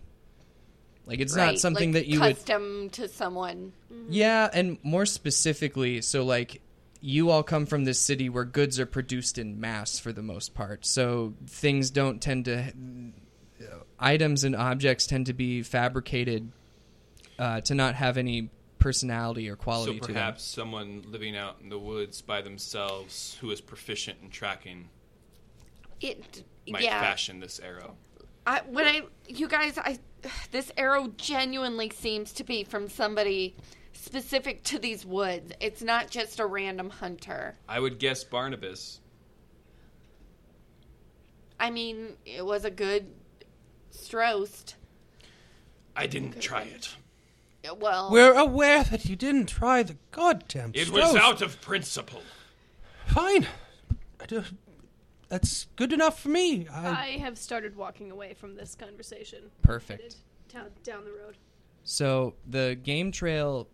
S4: Like it's
S3: Right,
S4: not something
S3: like
S4: that you would
S3: custom to someone.
S4: yeah, and more specifically, so like you all come from this city where goods are produced in mass for the most part. So things don't tend to items and objects tend to be fabricated uh, to not have any personality or
S1: So
S4: quality to them.
S1: perhaps someone living out in the woods by themselves who is proficient in tracking
S3: It
S1: might
S3: yeah.
S1: fashion this arrow.
S3: I, when I you guys I this arrow genuinely seems to be from somebody specific to these woods. It's not just a random hunter.
S1: I would guess Barnabas.
S3: I mean, it was a good Strost.
S1: I didn't try it.
S3: Well,
S2: We're aware that you didn't try the goddamn
S1: It
S2: Strauss.
S1: was out of principle.
S2: Fine. I do- that's good enough for me. I,
S5: I have started walking away from this conversation.
S4: Perfect.
S5: Down, down the road.
S4: So the game trail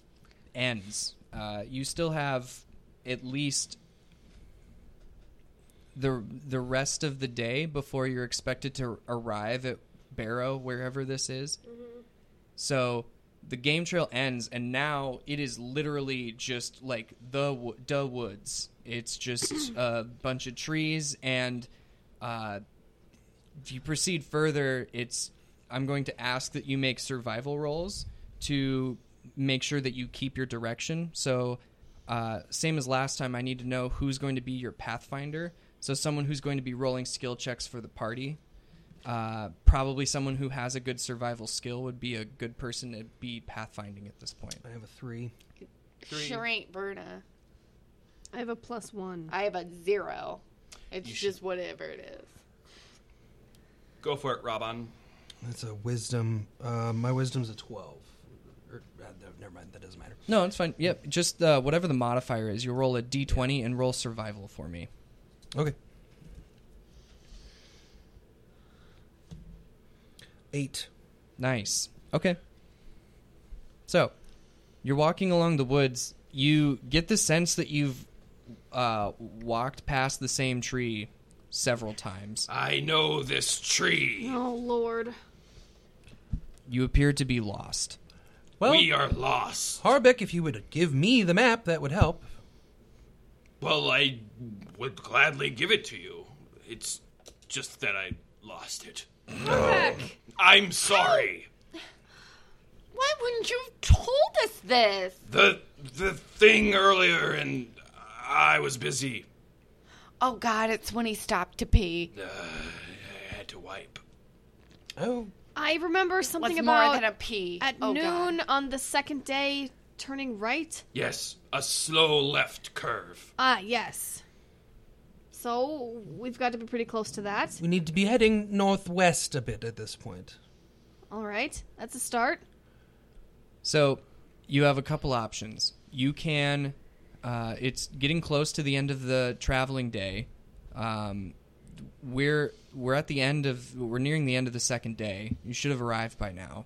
S4: ends. Uh, you still have at least the the rest of the day before you're expected to arrive at Barrow, wherever this is. So the game trail ends, and now it is literally just like the wo- the woods. It's just a bunch of trees, and uh, if you proceed further, it's I'm going to ask that you make survival rolls to make sure that you keep your direction. So, uh, same as last time, I need to know who's going to be your pathfinder. So, someone who's going to be rolling skill checks for the party. Uh, probably someone who has a good survival skill would be a good person to be pathfinding at this point.
S2: I have a three.
S3: sure ain't Berna.
S5: I have a plus one.
S3: I have a zero. It's
S1: You should-
S3: just whatever it is.
S1: Go for it, Robon.
S2: That's a wisdom. Uh, my wisdom's a twelve. Or, uh, never mind. That doesn't matter.
S4: No, it's fine. Yep, just uh, whatever the modifier is, you roll a d20 and roll survival for me.
S2: Okay. Eight.
S4: Nice. Okay. So, you're walking along the woods. You get the sense that you've uh, walked past the same tree several times.
S1: I know this tree.
S5: oh, Lord.
S4: You appear to be lost.
S2: Well,
S1: we are lost.
S2: Harbeck, if you would give me the map, that would help.
S1: Well, I would gladly give it to you. It's just that I lost it.
S5: Back.
S1: I'm sorry.
S3: Why wouldn't you have told us this?
S1: The the thing earlier and I was busy. uh,
S3: Oh God, it's when he stopped to pee.
S1: I had to wipe.
S2: Oh,
S5: I remember something
S3: What's more
S5: about
S3: than a pee?
S5: at
S3: Oh, God.
S5: noon on the second day turning right.
S1: Yes, a slow left curve.
S5: Ah, yes. So we've got to be pretty close to that.
S2: we need to be heading northwest a bit at this point.
S5: All right, that's a start.
S4: So, you have a couple options. You can. Uh, it's getting close to the end of the traveling day. Um, we're we're at the end of we're nearing the end of the second day. You should have arrived by now.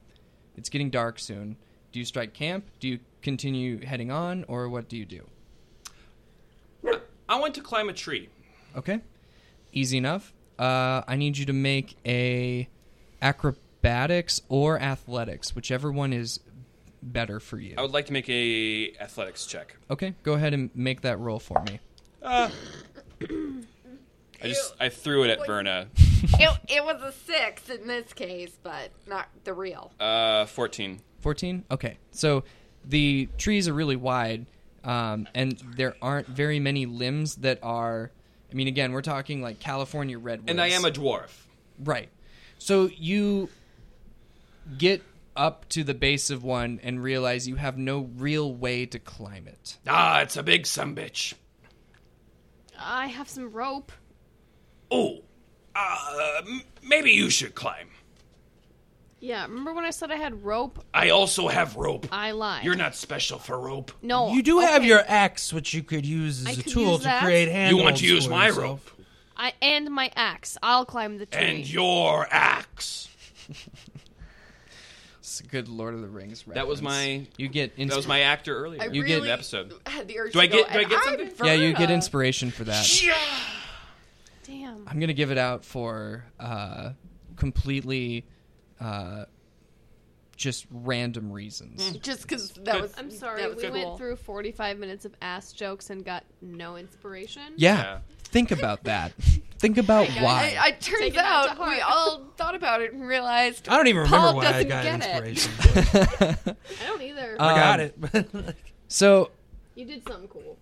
S4: It's getting dark soon. Do you strike camp? Do you continue heading on, or what do you do?
S1: I want to climb a tree.
S4: Okay, easy enough. Uh, I need you to make a acrobatics or athletics, whichever one is better for you.
S1: I would like to make a athletics check.
S4: Okay, go ahead and make that roll for me.
S1: I just I threw it at Verna.
S3: it, it was a six in this case, but not the real.
S1: Uh, fourteen.
S4: 14 okay so the trees are really wide um, and there aren't very many limbs that are i mean again we're talking like california redwoods
S1: And I am a dwarf.
S4: right so you get up to the base of one and realize you have no real way to climb it
S1: Ah, it's a big sumbitch.
S5: I have some rope.
S1: Oh, uh, m- maybe you should climb.
S5: Yeah, remember when I said I had rope?
S1: I also have rope.
S5: I lied.
S1: You're not special for rope.
S5: No,
S2: You do have
S5: okay.
S2: your axe, which you could use
S5: I
S2: as a
S5: could
S2: tool
S5: use
S2: to
S5: that.
S2: create
S1: You
S2: handles.
S1: want to use
S2: for
S1: my
S2: yourself.
S1: rope
S5: I and my axe. I'll climb the tree.
S1: and your axe.
S4: it's a good lord of the rings reference.
S1: That was my-
S4: you get inspiration
S1: That was my actor earlier.
S3: I
S4: You get-
S3: really
S1: an episode.
S3: Had the urge
S1: Do I
S3: to
S1: get-
S3: Go,
S1: do I
S3: and
S1: get
S3: I'm
S1: something?
S4: yeah you get
S3: Verna.
S4: inspiration for that
S5: Damn.
S4: I'm gonna give it out for uh, completely uh, just random reasons.
S3: Just because that was.
S5: I'm sorry,
S3: That was
S5: we
S3: cool.
S5: went through 45 minutes of ass jokes and got no inspiration.
S4: Yeah,
S1: Yeah.
S4: think about that. think about
S3: I,
S4: why.
S3: I turns
S5: Take it out to
S3: out we
S5: heart.
S3: all thought about it and realized.
S2: I don't even remember
S3: Paul
S2: why I
S3: doesn't
S2: got
S3: get it.
S2: inspiration.
S5: I don't either.
S2: I got
S4: Um,
S2: it. but, like,
S4: so
S5: you did something cool.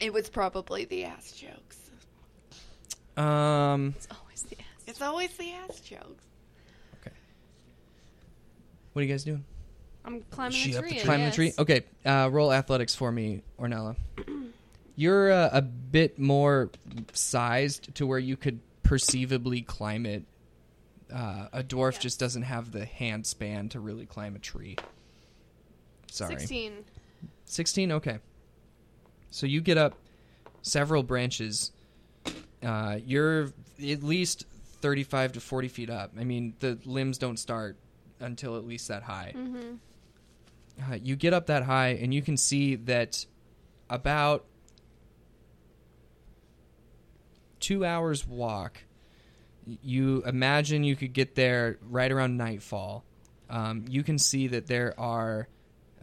S3: It was probably the ass jokes.
S4: um,
S5: It's always the ass.
S3: It's always the ass jokes.
S4: what are you guys doing?
S5: I'm climbing
S2: She
S5: the
S2: up the
S5: tree. I
S2: tree.
S4: Climb
S5: guess.
S4: the tree. Okay, uh, roll athletics for me, Ornella. You're uh, a bit more sized to where you could perceivably climb it. Uh, a dwarf just doesn't have the hand span to really climb a tree. Sorry.
S5: 16.
S4: 16 okay so you get up several branches uh, you're at least 35 to 40 feet up i mean the limbs don't start until at least that high uh, you get up that high and you can see that about two hours walk y- you imagine you could get there right around nightfall um, you can see that there are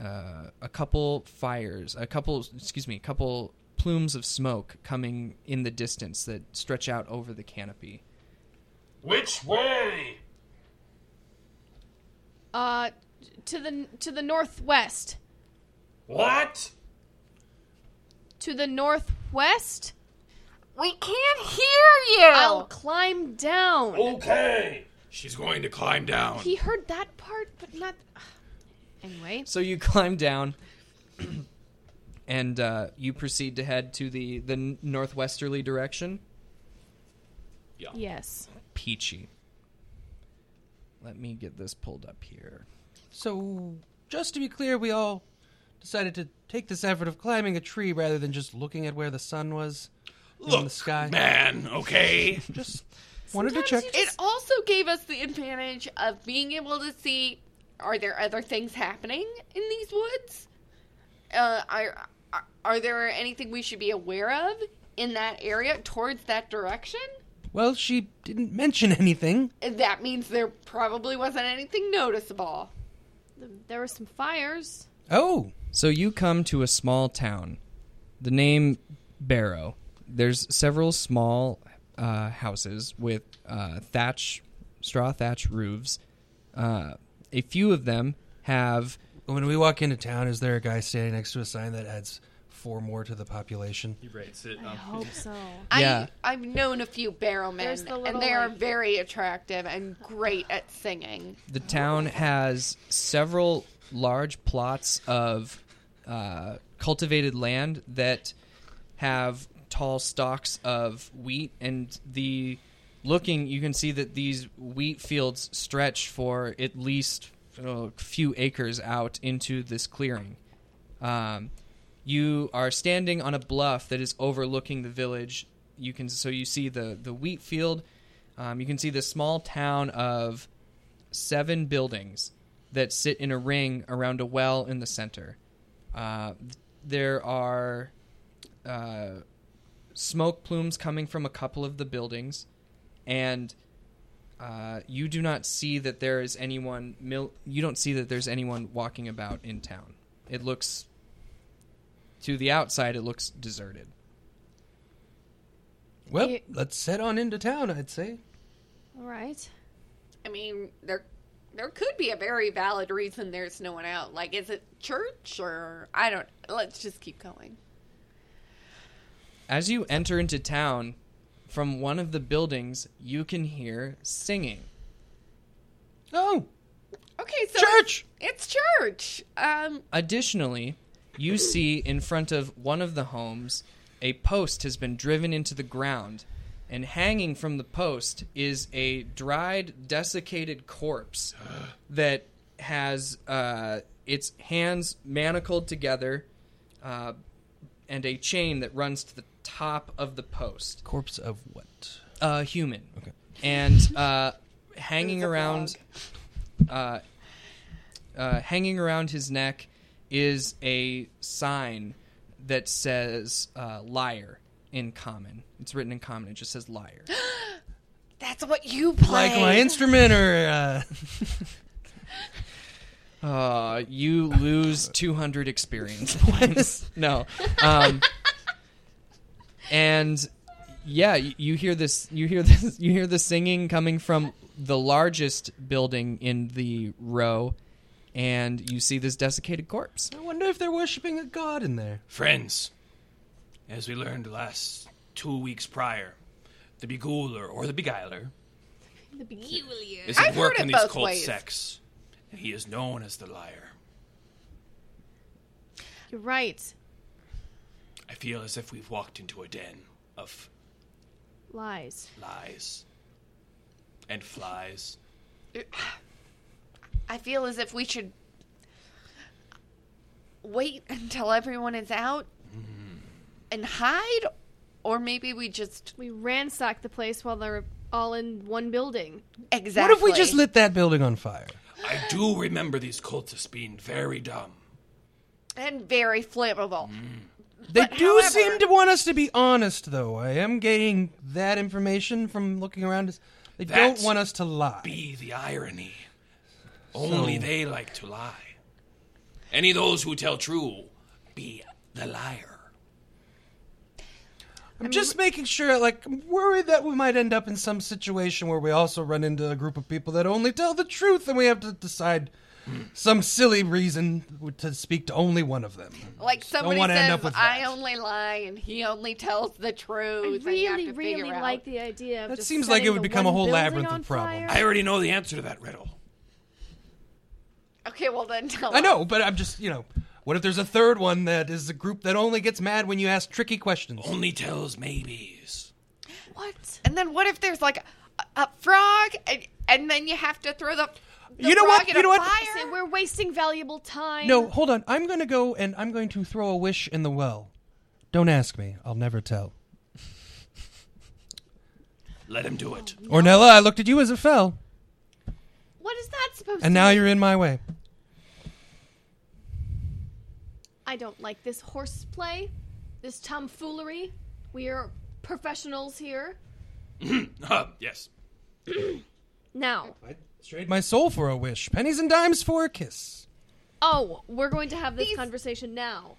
S4: uh, a couple fires, a couple, excuse me, a couple plumes of smoke coming in the distance that stretch out over the canopy.
S1: Which way?
S5: Uh, to the to the northwest.
S1: What?
S5: To the northwest.
S3: We can't hear you.
S5: I'll climb down.
S4: Oh.
S1: Okay. She's going to climb down.
S5: He heard that part, but not. Anyway,
S4: So you climb down, and uh, you proceed to head to the the n- northwesterly direction.
S5: yes.
S4: Peachy. Let me get this pulled up here.
S2: so, just to be clear, we all decided to take this effort of climbing a tree rather than just looking at where the sun was in the
S1: Look,
S2: sky.
S1: man, okay?
S2: Just wanted to check.
S5: Sometimes you
S3: It also gave us the advantage of being able to see are there other things happening in these woods? Uh, are, are- are there anything we should be aware of in that area towards that direction?
S2: Well, she didn't mention anything.
S3: That means there probably wasn't anything noticeable.
S5: There were some fires.
S2: Oh,
S4: So you come to a small town. The name Barrow. There's several small uh, houses with uh, thatch, straw thatch roofs. Uh, a few of them have.
S2: when we walk into town, is there a guy standing next to a sign that adds four more to the population?
S1: He rates it. um,
S5: I hope so.
S4: Yeah.
S3: I, I've known a few barrow men,
S5: There's the little,
S3: and they are
S5: like-
S3: very attractive and great at singing.
S4: The town has several large plots of uh, cultivated land that have tall stalks of wheat, and the looking you can see that these wheat fields stretch for at least you know, a few acres out into this clearing. Um, you are standing on a bluff that is overlooking the village. You can so you see the the wheat field. Um, you can see the small town of seven buildings that sit in a ring around a well in the center. Uh, th- there are uh, smoke plumes coming from a couple of the buildings, and uh, you do not see that there is anyone. Mil- you don't see that there's anyone walking about in town. It looks to the outside. It looks deserted.
S2: Well,
S5: Yeah.
S2: let's head on into town, I'd say.
S5: All right.
S3: I mean, there there could be a very valid reason there's no one out. Like, is it church or I don't? Let's just keep going.
S4: As you enter into town, from one of the buildings, you can hear singing.
S2: Oh,
S3: Okay, so
S2: Church!
S3: It's, it's church. Um,
S4: Additionally, you see in front of one of the homes a post has been driven into the ground, and hanging from the post is a dried, desiccated corpse that has uh, its hands manacled together uh, and a chain that runs to the top of the post.
S2: corpse of what?
S4: A human.
S2: Okay.
S4: And uh, hanging
S3: It was a
S4: around uh, uh, hanging around his neck is a sign that says uh, liar in common. It's written in common. It just says liar.
S3: that's what you play.
S2: Like my instrument, or uh,
S4: Uh, you lose 200 experience points. No. Um, and yeah, you, you hear this. You hear this. You hear the singing coming from the largest building in the row, and you see this desiccated corpse.
S2: I wonder if they're worshiping a god in there.
S1: Friends, as we learned last two weeks prior, the begouler or the beguiler
S5: The peculiar.
S1: is at
S3: I've
S1: work
S3: heard
S1: in
S3: it
S1: these
S3: both
S1: cult
S3: ways.
S1: sects. He is known as the liar.
S5: You're right.
S1: I feel as if we've walked into a den of
S5: Lies.
S1: lies and flies.
S3: I feel as if we should wait until everyone is out
S2: Mm-hmm.
S3: and hide, or maybe we just
S5: We ransacked the place while they're all in one building.
S3: exactly.
S2: What if we just lit that building on fire?
S1: I do remember these cultists being very dumb.
S3: and very flammable?
S2: Mm-hmm. They
S3: But
S2: do
S3: however-
S2: seem to want us to be honest, though. I am getting that information from looking around. They
S1: That's
S2: don't want us to lie.
S1: Be the irony. Only they like to lie. Any of those who tell true, be the liar.
S2: I'm just making sure, like, I'm worried that we might end up in some situation where we also run into a group of people that only tell the truth and we have to decide some silly reason to speak to only one of them.
S3: Like somebody
S2: wanna end
S3: says,
S2: up with
S3: I
S2: that."
S3: only lie and he only tells the
S5: I
S3: truth. and you have
S5: really,
S3: to
S5: really
S3: figure out.
S5: like the idea of
S2: That
S5: just
S2: seems like it
S5: setting
S2: would
S5: the
S2: become a
S5: one
S2: whole
S5: building
S2: labyrinth
S5: on
S2: of
S5: fire.
S2: problems.
S1: I already know the answer to that riddle.
S3: Okay, well then tell
S2: I
S3: us.
S2: know, but I'm just, you know, what if there's a third one that is a group that only gets mad when you ask tricky questions?
S1: Only tells maybes.
S5: What?
S3: And then what if there's like a, a frog, and, and then you have to throw the, the
S2: You know
S3: frog
S2: what?
S3: in
S2: You
S3: a
S2: know what?
S3: fire?
S5: Say we're wasting valuable time.
S2: No, hold on. I'm going to go and I'm going to throw a wish in the well. Don't ask me. I'll never tell.
S1: Let him do it.
S3: Oh.
S2: Ornella, I looked at you as it fell,
S5: What is that supposed
S2: and
S5: to
S2: now
S5: mean?
S2: you're in my way.
S5: I don't like this horseplay, this tomfoolery. We are professionals here.
S1: Huh, yes.
S5: Now,
S2: I'd trade my soul for a wish. Pennies and dimes for a kiss.
S5: oh, we're going to have this
S3: These-
S5: conversation now.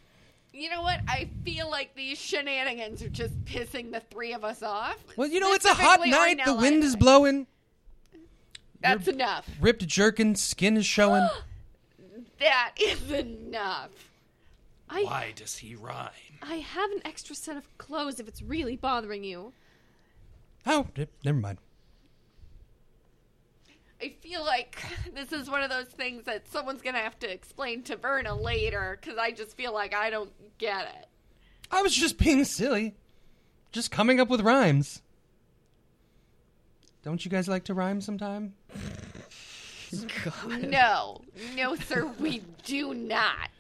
S3: You know what? I feel like these shenanigans are just pissing the three of us off.
S2: Well, you know, it's a hot
S3: Specifically
S2: night. The
S3: Ornella
S2: wind is
S3: anyway.
S2: blowing.
S3: That's enough.
S2: Ripped jerkin, skin is showing.
S3: That is enough.
S5: I
S1: Why does he rhyme?
S5: I have an extra set of clothes if it's really bothering you.
S2: oh, eh, never mind.
S3: I feel like this is one of those things that someone's going to have to explain to Verna later because I just feel like I don't get it.
S2: I was just being silly. Just coming up with rhymes. Don't you guys like to rhyme sometime?
S3: No, no, sir, we do not.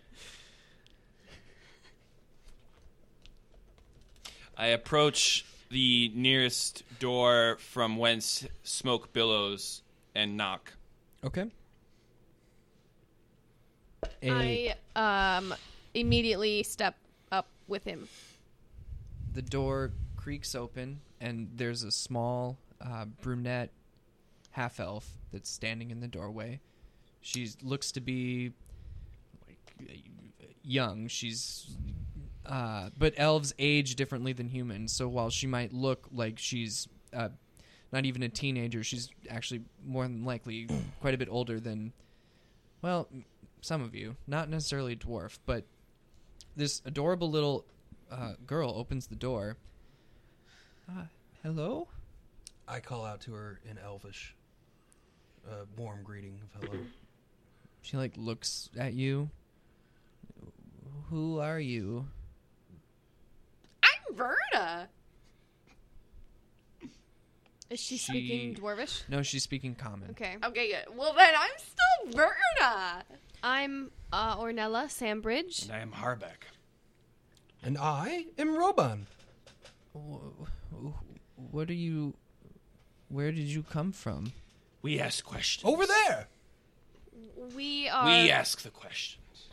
S6: I approach the nearest door from whence smoke billows and knock.
S4: Okay.
S5: I um immediately step up with him.
S4: the door creaks open and there's a small uh, brunette half elf that's standing in the doorway. She looks to be like, young. She's uh, but elves age differently than humans. So while she might look like she's uh, not even a teenager, she's actually more than likely quite a bit older than well, m- some of you, not necessarily dwarf, but this adorable little uh, girl opens the door. Uh, hello?
S2: I call out to her in Elvish. A warm greeting of hello.
S4: She like looks at you. Who are you?
S3: I'm Verna.
S5: Is she, speaking
S4: She-
S5: dwarvish?
S4: No, she's speaking common.
S5: Okay.
S3: Okay, good. Well, then I'm still Verna.
S5: I'm uh, Ornella Sandbridge.
S1: And I am Harbeck.
S2: And I am Roban.
S4: Wh- wh- What are you? Where did you come from?
S1: We ask questions.
S2: Over there.
S5: We are
S1: We ask the questions.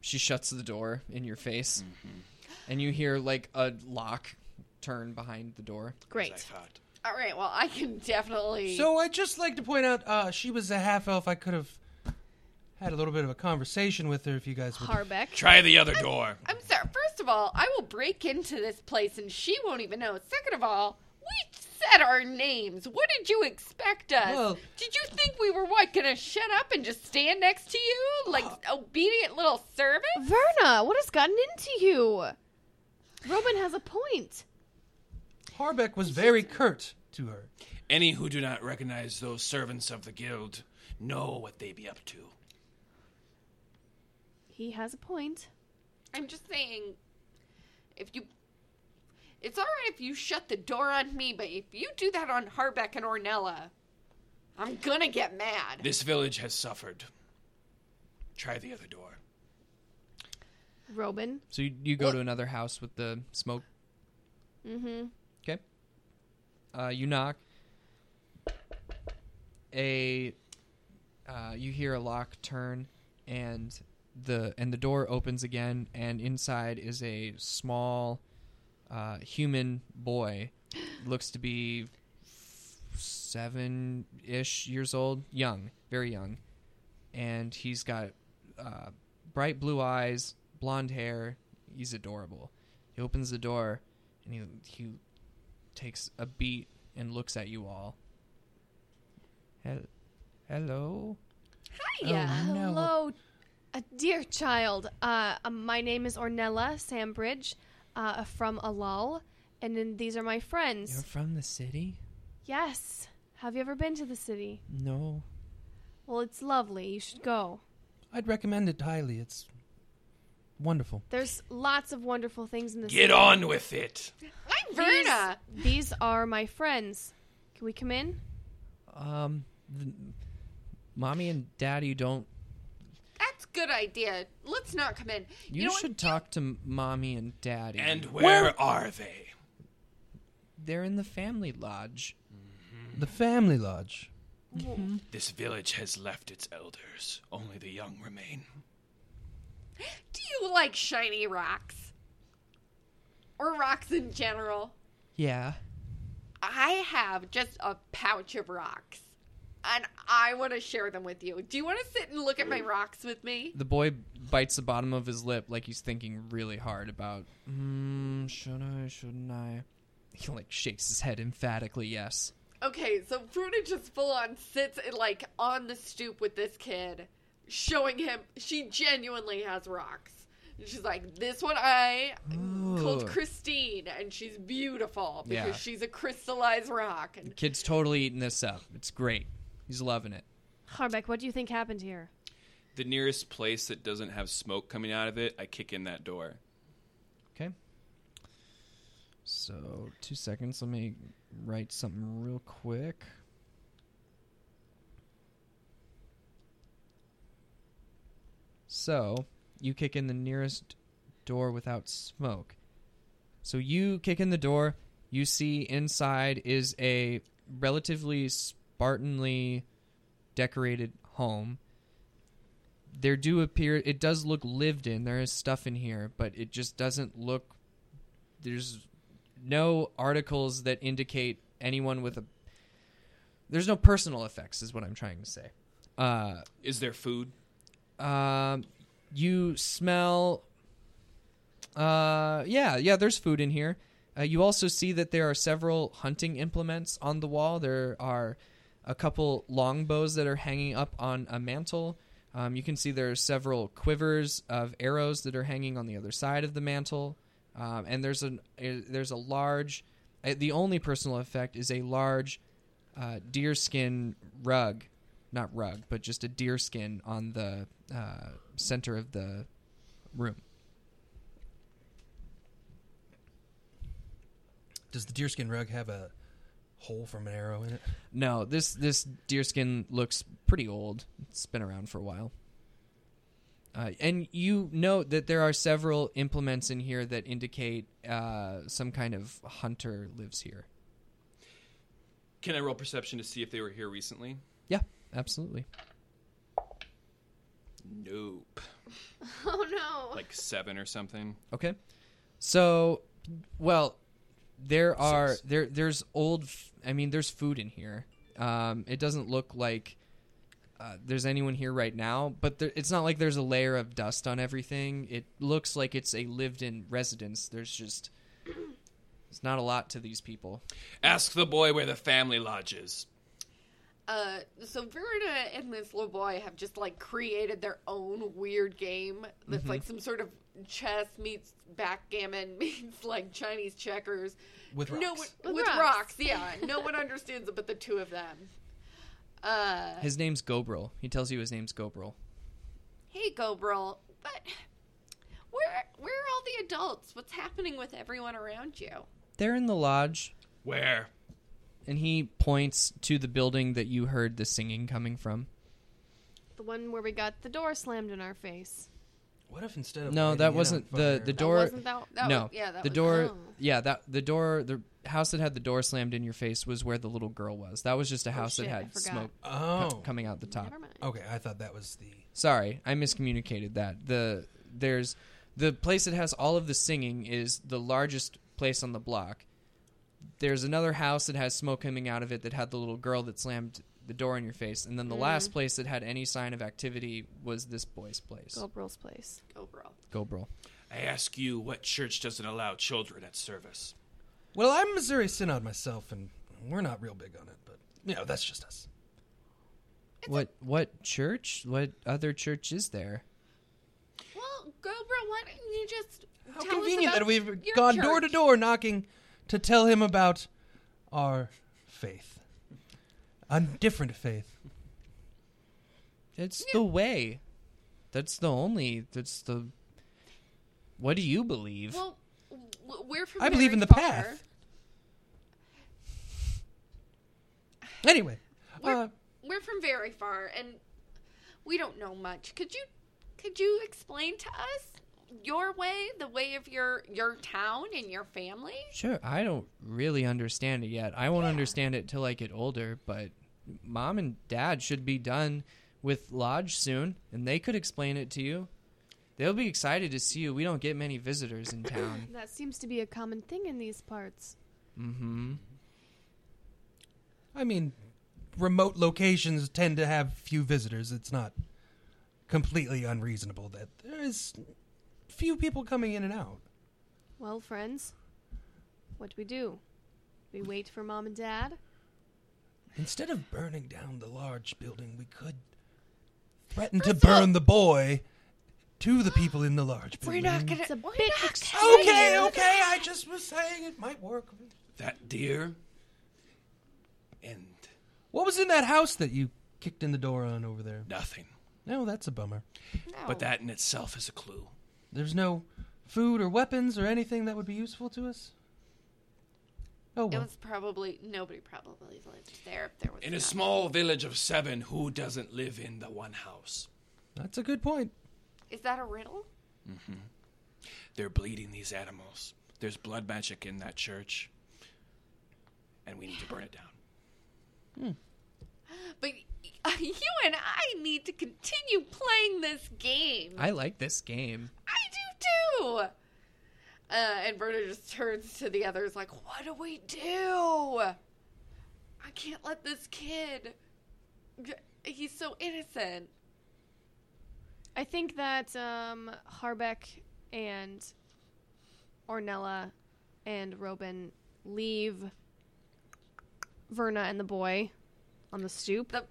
S4: She shuts the door in your face, and you hear like a lock turn behind the door.
S1: I
S5: great.
S1: thought.
S3: All right. Well, I can definitely.
S2: So I'd just like to point out, uh, she was a half elf. I could have had a little bit of a conversation with her if you guys would.
S5: Harbeck.
S1: Try the other door.
S3: I'm sorry. First of all, I will break into this place and she won't even know. Second of all, we said our names. What did you expect us?
S2: Well-
S3: did you think we were what gonna shut up and just stand next to you like obedient little servants?
S5: Verna, what has gotten into you? Robin has a point.
S2: Harbeck was very curt to her.
S1: Any who do not recognize those servants of the guild know what they be up to.
S5: He has a point.
S3: I'm just saying, if you. It's all right if you shut the door on me, but if you do that on Harbeck and Ornella, I'm gonna get mad.
S1: This village has suffered. Try the other door.
S5: Robin.
S4: So you, you go to another house with the smoke. Mm-hmm. Okay. Uh, you knock. A. Uh, you hear a lock turn, and the and the door opens again, and inside is a small, uh, human boy, looks to be seven ish years old, young, very young, and he's got uh, bright blue eyes, blonde hair. He's adorable. He opens the door and he he takes a beat and looks at you all. Hel- hello.
S5: Yeah.
S2: no.
S5: Hello, uh, dear child. Uh, uh, my name is Ornella Sambridge uh, from Alal, and then these are my friends.
S4: You're from the city?
S5: Yes. Have you ever been to the city?
S4: No.
S5: Well, it's lovely. You should go.
S2: I'd recommend it highly. It's wonderful.
S5: There's lots of wonderful things in the
S1: Get
S5: city.
S1: on with it.
S3: Hi,
S5: These-
S3: Verna!
S5: These are my friends. Can we come in?
S4: Um, th- mommy and daddy don't.
S3: That's good idea. Let's not come in.
S4: You,
S3: know what?
S4: should talk to m- mommy and daddy.
S1: And where,
S2: Where-
S1: are they?
S4: they're in the family lodge.
S2: The family lodge.
S1: This village has left its elders. Only the young remain.
S3: Do you like shiny rocks? Or rocks in general?
S4: Yeah.
S3: I have just a pouch of rocks. And I want to share them with you. Do you want to sit and look at my rocks with me?
S4: The boy bites the bottom of his lip like he's thinking really hard about, mm, should I, shouldn't I? He like shakes his head emphatically, yes.
S3: Okay, so Bruna just full on sits and like on the stoop with this kid, showing him she genuinely has rocks. And she's like, this one I
S4: Ooh.
S3: called Christine, and she's beautiful because
S4: Yeah.
S3: she's a crystallized rock. And
S4: Kid's totally eating this up. It's great. He's loving it.
S5: Harbeck, what do you think happened here?
S6: The nearest place that doesn't have smoke coming out of it, I kick in that door.
S4: Okay. So, two seconds. Let me write something real quick. So, you kick in the nearest door without smoke. So, you kick in the door. You see inside is a relatively spartanly decorated home there do appear it does look lived in there is stuff in here but it just doesn't look there's no articles that indicate anyone with a there's no personal effects is what i'm trying to say uh
S6: Is there food?
S4: um, you smell. Uh, yeah, yeah. There's food in here. Uh, you also see that there are several hunting implements on the wall. There are a couple longbows that are hanging up on a mantle. Um, you can see there are several quivers of arrows that are hanging on the other side of the mantle. Um, and there's an uh, there's a large. Uh, the only personal effect is a large uh, deerskin rug, not rug, but just a deerskin on the uh, center of the room.
S2: Does the deerskin rug have a hole from an arrow in it?
S4: No, this this deerskin looks pretty old. It's been around for a while. Uh, and you note that there are several implements in here that indicate uh, some kind of hunter lives here.
S6: Can I roll perception to see if they were here recently?
S4: Yeah, absolutely.
S6: Nope.
S5: Oh no.
S6: Like seven or something.
S4: Okay. So, well, there are there there's old. f- I mean, there's food in here. Um, it doesn't look like uh, there's anyone here right now, but there, it's not like there's a layer of dust on everything. It looks like it's a lived-in residence. There's just it's not a lot to these people.
S6: Ask the boy where the family lodge is.
S3: Uh, so Verna and this little boy have just like created their own weird game
S2: Mm-hmm.
S3: that's like some sort of chess meets backgammon meets like Chinese checkers.
S2: With
S3: No one,
S2: rocks.
S3: with,
S5: With
S3: rocks.
S5: rocks.
S3: yeah. No one understands it but the two of them. Uh,
S4: His name's Gobril. He tells you his name's Gobril.
S3: hey, Gobril, but where where are all the adults? What's happening with everyone around you?
S4: They're in the lodge,
S1: Where?
S4: and he points to the building that you heard the singing coming from.
S5: The one where we got the door slammed in our face.
S2: What if instead of
S4: No,
S2: lighting it
S4: that
S2: on
S4: wasn't the
S2: fire-
S4: the door.
S5: wasn't Oh, that-
S3: that
S4: no,
S3: was- yeah, that
S4: the
S3: was-
S4: door.
S5: oh.
S4: Yeah, that the door. The house that had the door slammed in your face was where the little girl was. That was just a house
S5: shit,
S4: that
S5: I
S4: had
S5: forgot.
S4: smoke
S2: Oh,
S4: co- coming out the top.
S5: Never mind.
S2: okay. I thought that was the
S4: Sorry, I miscommunicated that. The there's the place that has all of the singing is the largest place on the block. There's another house that has smoke coming out of it that had the little girl that slammed the door in your face, and then the
S5: Mm.
S4: last place that had any sign of activity was this boy's place.
S5: Gobrel's place.
S3: Gobril.
S4: Gobril.
S6: I ask you what church doesn't allow children at service.
S2: Well, I'm Missouri Synod myself, and we're not real big on it, but you know that's just us.
S4: What what church? What other church is there?
S3: Well, Gobril, why don't you just
S2: How
S3: tell us
S2: convenient that
S3: about
S2: we've
S3: your
S2: gone door to
S3: church?
S2: door knocking to tell him about our faith, a different faith.
S4: It's the way. That's the only. That's the. What do you believe?
S3: Well, w- we're from
S2: I believe in the
S3: Harry Potter.
S2: path. Anyway,
S3: We're,
S2: uh,
S3: we're from very far, and we don't know much. Could you could you explain to us your way, the way of your your town and your family?
S4: sure, I don't really understand it yet. I won't understand it till I get older. But mom and dad should be done with lodge soon, and they could explain it to you. They'll be excited to see you. We don't get many visitors in town.
S5: That seems to be a common thing in these parts.
S4: mm-hmm.
S2: I mean, remote locations tend to have few visitors. It's not completely unreasonable that there is few people coming in and out.
S5: Well, friends, what do we do? We wait for mom and dad.
S2: Instead of burning down the large building, we could threaten to
S3: First of all-
S2: burn the boy to the people in the large
S3: We're
S2: building.
S3: not gonna.
S5: It's a
S3: we're
S5: bit
S3: not
S5: extreme.
S2: Okay, okay, I just was saying it might work.
S1: That deer? And
S2: What was in that house that you kicked in the door on over there?
S1: nothing.
S2: No, that's a bummer.
S3: gonna-
S1: But that in itself is a clue.
S2: There's no food or weapons or anything that would be useful to us? Oh,
S3: It
S2: well.
S3: was probably nobody probably lived there. If there was
S1: In a
S3: not.
S1: small village of seven, who doesn't live in the one house?
S2: That's a good point.
S3: Is that a riddle?
S1: They're bleeding these animals. There's blood magic in that church. And we need to burn it down.
S3: But y- you and I need to continue playing this game.
S4: I like this game.
S3: I do too. Uh, and Berta just turns to the others like, "What do we do? I can't let this kid. He's so innocent."
S5: I think that um, Harbeck and Ornella and Robin leave Verna and the boy on the stoop,
S3: The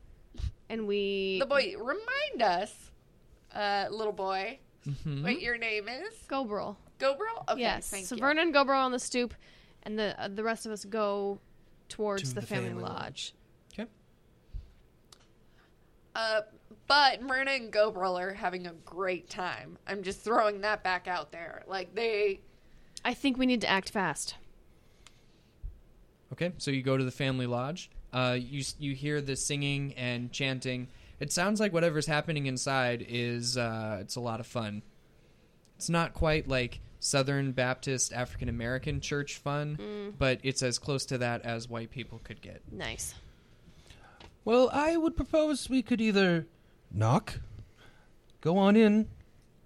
S5: and we
S3: the boy remind us, uh, little boy, what your name is?
S5: Gobrel.
S3: Gobril. Okay,
S5: yes,
S3: thank
S5: so
S3: you.
S5: Verna and Gobrel on the stoop, and the uh, the rest of us go towards
S2: To
S5: the,
S2: the
S5: family,
S2: family
S5: lodge.
S4: Okay.
S3: Uh, but Myrna and Gobril are having a great time. I'm just throwing that back out there. Like they,
S5: I think we need to act fast.
S4: Okay, so you go to the family lodge. Uh, you you hear the singing and chanting. It sounds like whatever's happening inside is uh, it's a lot of fun. It's not quite like Southern Baptist African American church fun, but it's as close to that as white people could get.
S5: Nice.
S2: Well, I would propose we could either knock, go on in,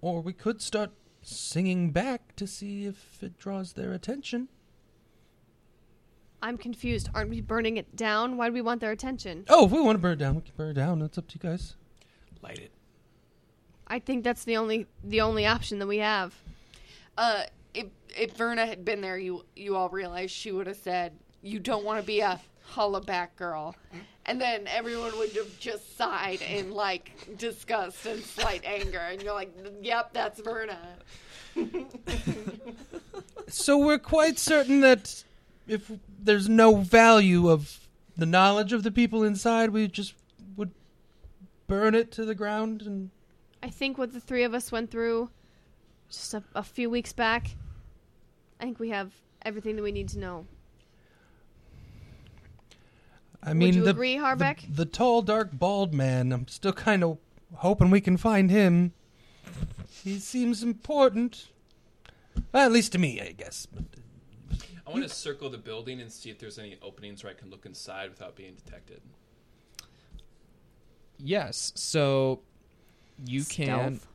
S2: or we could start singing back to see if it draws their attention.
S5: I'm confused. Aren't we burning it down? Why do we want their attention?
S2: Oh, if we want to burn it down, we can burn it down. That's up to you guys.
S1: Light it.
S5: I think that's the only the only option that we have.
S3: Uh, if if Verna had been there, you you all realize she would have said, "You don't want to be a holla back girl," and then everyone would have just sighed in like disgust and slight anger, and you're like, "Yep, that's Verna."
S2: So we're quite certain that if there's no value of the knowledge of the people inside, we just would burn it to the ground and
S5: I think what the three of us went through just a, a few weeks back, I think we have everything that we need to know.
S2: I mean,
S5: you
S2: the,
S5: agree,
S2: the-
S5: Harbeck?
S2: The, tall, dark, bald man. I'm still kind of hoping we can find him. He seems important, well, at least to me, I guess. But
S1: I want to circle the building and see if there's any openings where I can look inside without being detected.
S4: Yes. So you can.
S5: Stealth?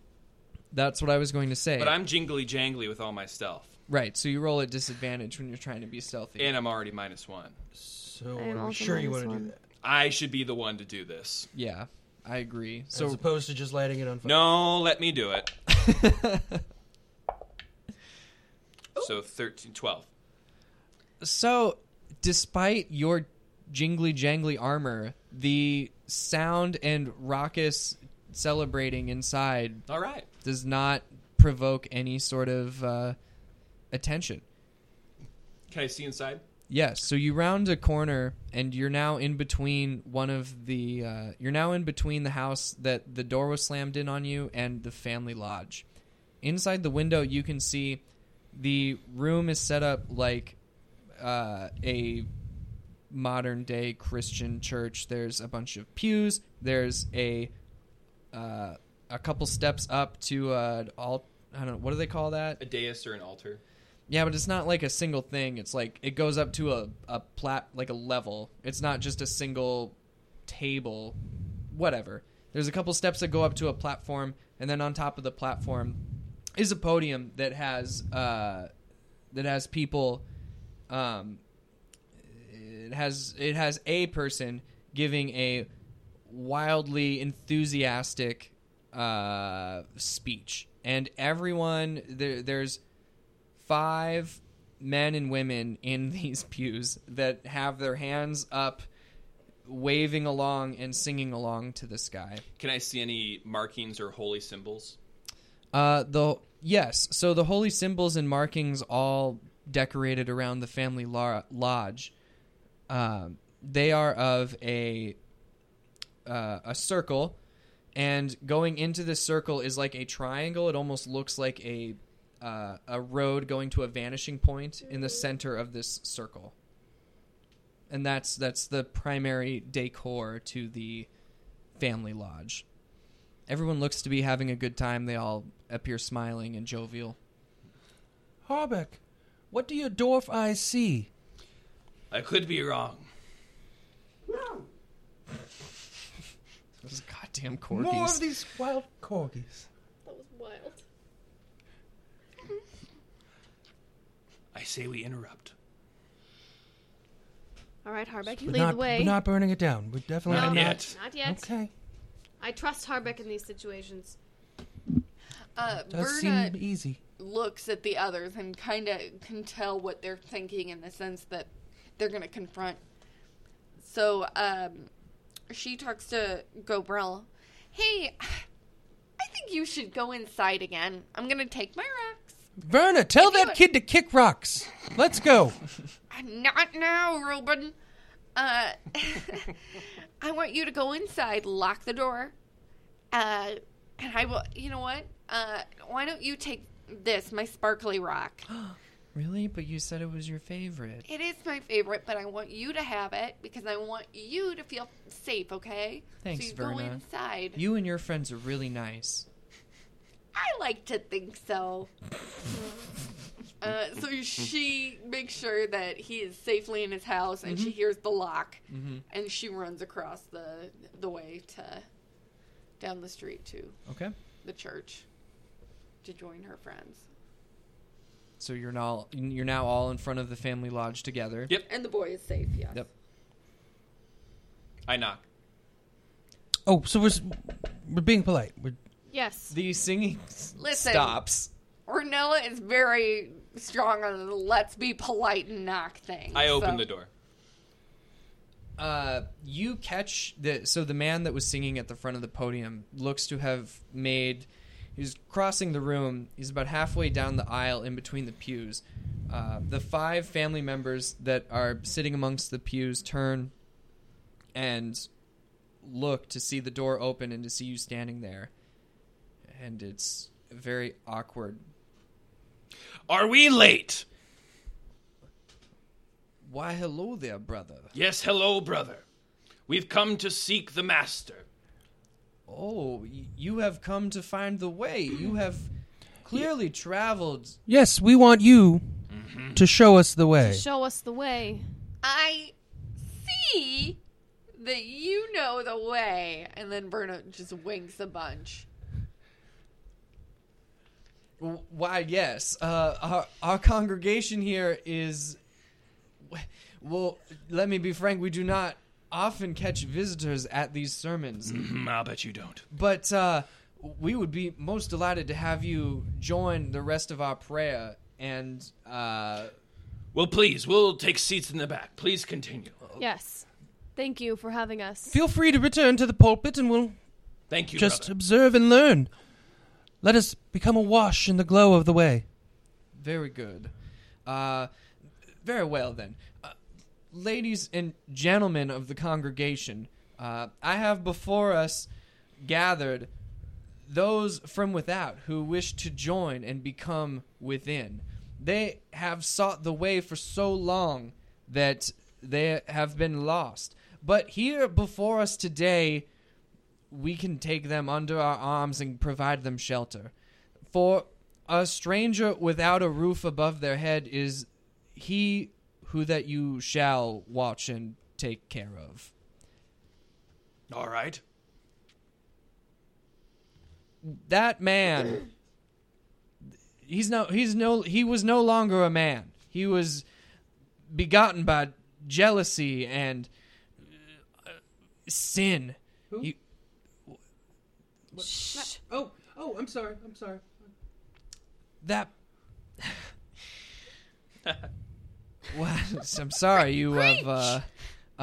S4: That's what I was going to say.
S6: But I'm jingly jangly with all my stealth,
S4: right. So you roll at disadvantage when you're trying to be stealthy.
S6: and I'm already minus one.
S2: so
S5: I am
S2: I'm
S5: also
S2: sure you want
S5: minus
S2: to do
S5: one.
S2: that,
S6: I should be the one to do this.
S4: yeah, I agree.
S2: so, as
S4: So
S2: opposed to just lighting it on fire.
S6: No, let me do it. so 13, 12.
S4: so despite your jingly jangly armor, the sound and raucous celebrating inside
S6: All right.
S4: does not provoke any sort of uh, attention.
S6: Can I see inside?
S4: Yes. So you round a corner, and you're now in between one of the. Uh, you're now in between the house that the door was slammed in on you and the family lodge. Inside the window, you can see the room is set up like uh, a modern day Christian church. There's a bunch of pews. There's a uh, a couple steps up to uh, all. I don't know what do they call that?
S6: A dais or an altar?
S4: Yeah, but it's not like a single thing. It's like it goes up to a a plat like a level. It's not just a single table, whatever. There's a couple steps that go up to a platform, and then on top of the platform is a podium that has uh, that has people. Um, it has it has a person giving a wildly enthusiastic uh, speech, and everyone there, there's five men and women in these pews that have their hands up, waving along and singing along to the sky.
S6: Can I see any markings or holy symbols?
S4: Uh, the yes, so the holy symbols and markings all decorated around the family lo- lodge. Um, they are of a uh, a circle, and going into this circle is like a triangle. It almost looks like a uh, a road going to a vanishing point in the center of this circle. And that's that's the primary decor to the family lodge. Everyone looks to be having a good time. They all appear smiling and jovial.
S2: Harbeck, what do your dwarf eyes see?
S1: I could be wrong.
S4: Those goddamn corgis.
S2: More of these wild corgis.
S5: That was wild.
S1: I say we interrupt.
S5: All right, Harbeck, you
S2: We're
S5: lead
S2: not,
S5: the way.
S2: we're not burning it down. We're definitely
S1: Not
S2: not.
S1: yet.
S5: Not yet.
S2: Okay.
S5: I trust Harbeck in these situations.
S3: Uh,
S2: Does
S3: Verna
S2: seem easy.
S3: looks at the others and kind of can tell what they're thinking in the sense that they're going to confront. So um, she talks to Gobrel. Hey, I think you should go inside again. I'm going to take my rocks.
S2: Verna, tell
S3: If you
S2: that
S3: were-
S2: kid to kick rocks. Let's go.
S3: "Uh, Not now, Reuben. Uh, I want you to go inside, lock the door, uh, and I will. You know what? Uh, why don't you take this, my sparkly rock?
S4: Really? But you said it was your favorite.
S3: It is my favorite, but I want you to have it because I want you to feel safe, okay?
S4: Thanks,
S3: so you Go
S4: Verna.
S3: inside.
S4: You and your friends are really nice.
S3: I like to think so. uh, so she makes sure that he is safely in his house, and
S4: Mm-hmm.
S3: she hears the lock, and she runs across the the way to down the street to
S4: Okay.
S3: the church to join her friends.
S4: So you're now you're now all in front of the family lodge together.
S6: Yep.
S3: And the boy is safe, yes.
S4: Yep.
S6: I knock.
S2: Oh, so we're s- we're being polite. We're
S5: Yes.
S4: The singing s-
S3: Listen.
S4: stops.
S3: Ornella is very strong on the let's be polite and knock thing.
S6: I open
S3: so-
S6: the door.
S4: Uh, you catch the so the man that was singing at the front of the podium looks to have made. He's crossing the room. He's about halfway down the aisle in between the pews. Uh, the five family members that are sitting amongst the pews turn and look to see the door open and to see you standing there. And it's very awkward.
S1: Are we late?
S4: Why, hello there, brother.
S1: Yes, hello, brother. We've come to seek the master.
S4: Oh, y- you have come to find the way. You have clearly traveled
S2: yes, we want you to show us the way.
S5: Show us the way.
S3: I see that you know the way. And then Verna just winks a bunch.
S4: W- Why, yes. Uh, our, our congregation here is. Well, let me be frank, we do not often catch visitors at these sermons,
S1: Hmm, I'll bet you don't.
S4: but uh, we would be most delighted to have you join the rest of our prayer. And uh,
S1: Well, please, we'll take seats in the back. Please continue.
S5: Yes. Thank you for having us.
S2: Feel free to return to the pulpit, and we'll
S1: Thank you,
S2: just
S1: brother.
S2: observe and learn. Let us become awash in the glow of the way.
S4: very good. Uh, very well, then. Uh, ladies and gentlemen of the congregation, uh, I have before us gathered those from without who wish to join and become within. They have sought the way for so long that they have been lost. But here before us today, we can take them under our arms and provide them shelter. For a stranger without a roof above their head is he who that you shall watch and take care of.
S1: All right.
S4: That man he's no he's no he was no longer a man. He was begotten by jealousy and uh, sin. He-
S2: Oh, oh, I'm sorry. I'm sorry.
S4: that what i'm sorry you have uh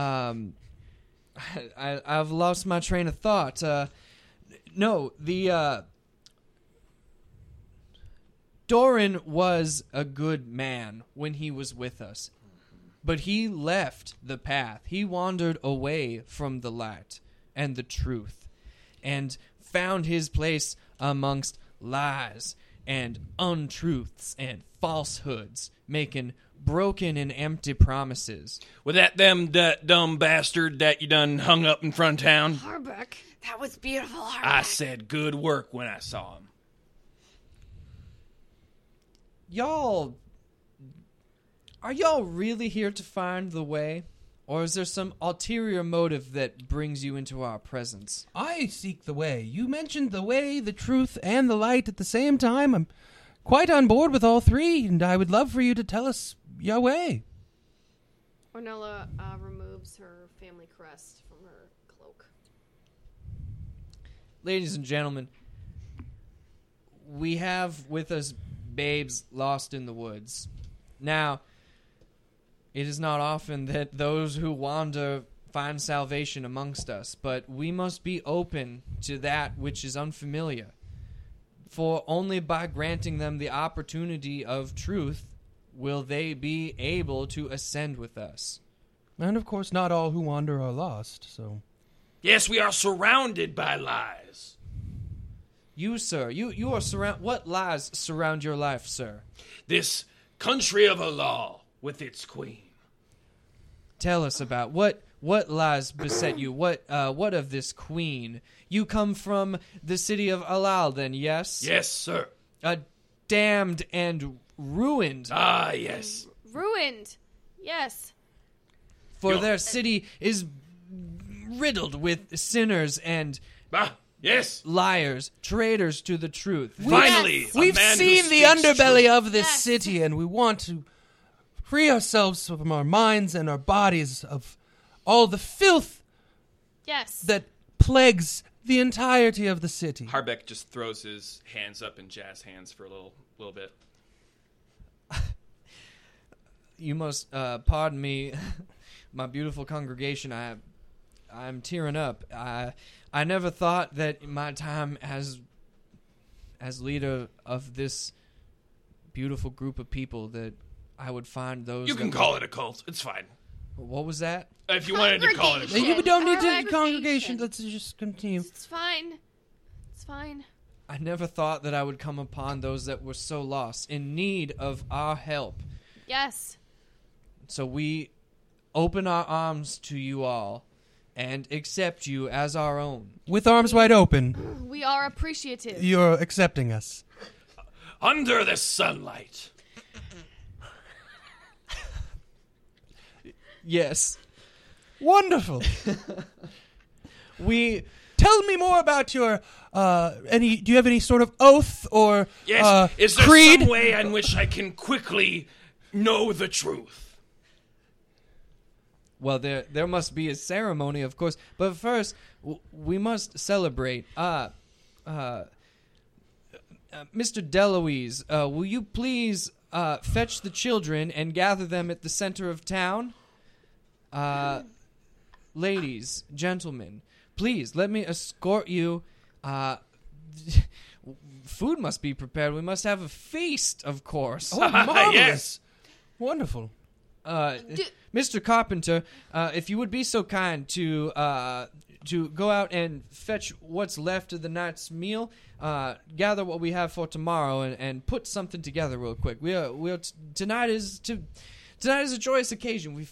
S4: um I, I i've lost my train of thought uh no the uh doran was a good man when he was with us but he left the path he wandered away from the light and the truth and found his place amongst lies and untruths and falsehoods, making broken and empty promises.
S1: Was that them that dumb bastard that you done hung up in front of town?
S5: Harbeck.
S3: That was beautiful, Harbeck.
S1: I said good work when I saw him.
S4: Y'all, are y'all really here to find the way? Or is there some ulterior motive that brings you into our presence?
S2: I seek the way. You mentioned the way, the truth, and the light at the same time. I'm quite on board with all three, and I would love for you to tell us your way.
S5: Ornella uh, removes her family crest from her cloak.
S4: Ladies and gentlemen, we have with us babes lost in the woods. Now, it is not often that those who wander find salvation amongst us, but we must be open to that which is unfamiliar. For only by granting them the opportunity of truth will they be able to ascend with us.
S2: And of course, not all who wander are lost, so.
S1: Yes, we are surrounded by lies.
S4: You, sir, you, you are surround. What lies surround your life, sir?
S1: This country of a law with its queen.
S4: tell us about what what lies beset you what uh what of this queen you come from the city of alal then yes
S1: Yes, sir.
S4: a damned and ruined
S1: Ah, yes.
S5: Ruined. Yes.
S4: for
S1: Yo.
S4: their city is riddled with sinners and
S1: Bah, Yes.
S4: liars, traitors to the truth.
S1: Finally,
S5: Yes.
S1: a
S2: We've
S1: man who
S2: seen the
S1: speaks
S2: underbelly
S1: truth.
S2: of this
S5: Yes.
S2: city, and we want to free ourselves from our minds and our bodies of all the filth
S5: Yes.
S2: that plagues the entirety of the city.
S6: Harbeck just throws his hands up in jazz hands for a little little bit.
S4: You must uh, pardon me, my beautiful congregation. I, I'm tearing up. I, I never thought that my time as, as leader of this beautiful group of people that I would find those.
S1: You can
S4: that-
S1: call it a cult. It's fine.
S4: What was that?
S1: If you wanted to call it a
S2: Hey,
S1: cult.
S2: you don't need
S5: Our
S2: to congregation.
S5: congregation.
S2: Let's just continue.
S5: it's fine. It's fine.
S4: I never thought that I would come upon those that were so lost, in need of our help.
S5: Yes.
S4: So we open our arms to you all and accept you as our own.
S2: With arms wide open,
S5: We are appreciative.
S2: you're accepting us.
S1: Under the sunlight.
S4: Yes.
S2: Wonderful.
S4: We
S2: Tell me more about your uh, any. Do you have any sort of oath or
S1: Yes.
S2: uh,
S1: Is there
S2: creed?
S1: some way in which I can quickly know the truth?
S4: well there there must be a ceremony, of course, but first w- we must celebrate uh uh uh, Mr. Deloise, uh, will you please uh, fetch the children and gather them at the center of town? Uh, ladies, gentlemen, please let me escort you. Uh, food must be prepared. We must have a feast, of course.
S2: Oh, marvelous!
S1: Yes.
S2: Wonderful.
S4: Uh,
S5: Do-
S4: Mr. Carpenter, uh, if you would be so kind to uh, to go out and fetch what's left of the night's meal, uh, gather what we have for tomorrow, and, and put something together real quick. We are we are t- tonight is to tonight is a joyous occasion. We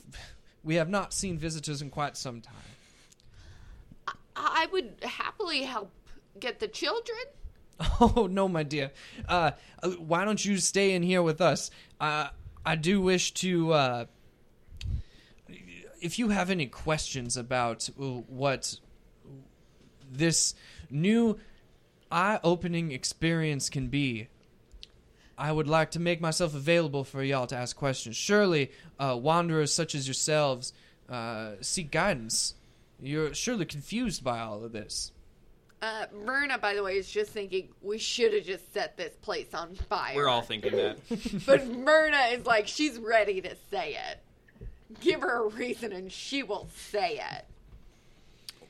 S4: we have not seen visitors in quite some time.
S3: I would happily help get the children.
S4: Oh no, my dear. Uh, uh, why don't you stay in here with us? Uh, I do wish to. Uh, if you have any questions about uh, what this new eye-opening experience can be, I would like to make myself available for y'all to ask questions. Surely, uh, wanderers such as yourselves uh, seek guidance. You're surely confused by all of this.
S3: Uh, Verna, by the way, is just thinking we should have just set this place on fire.
S6: We're all thinking that.
S3: But Verna is like, she's ready to say it. Give her a reason and she will say it.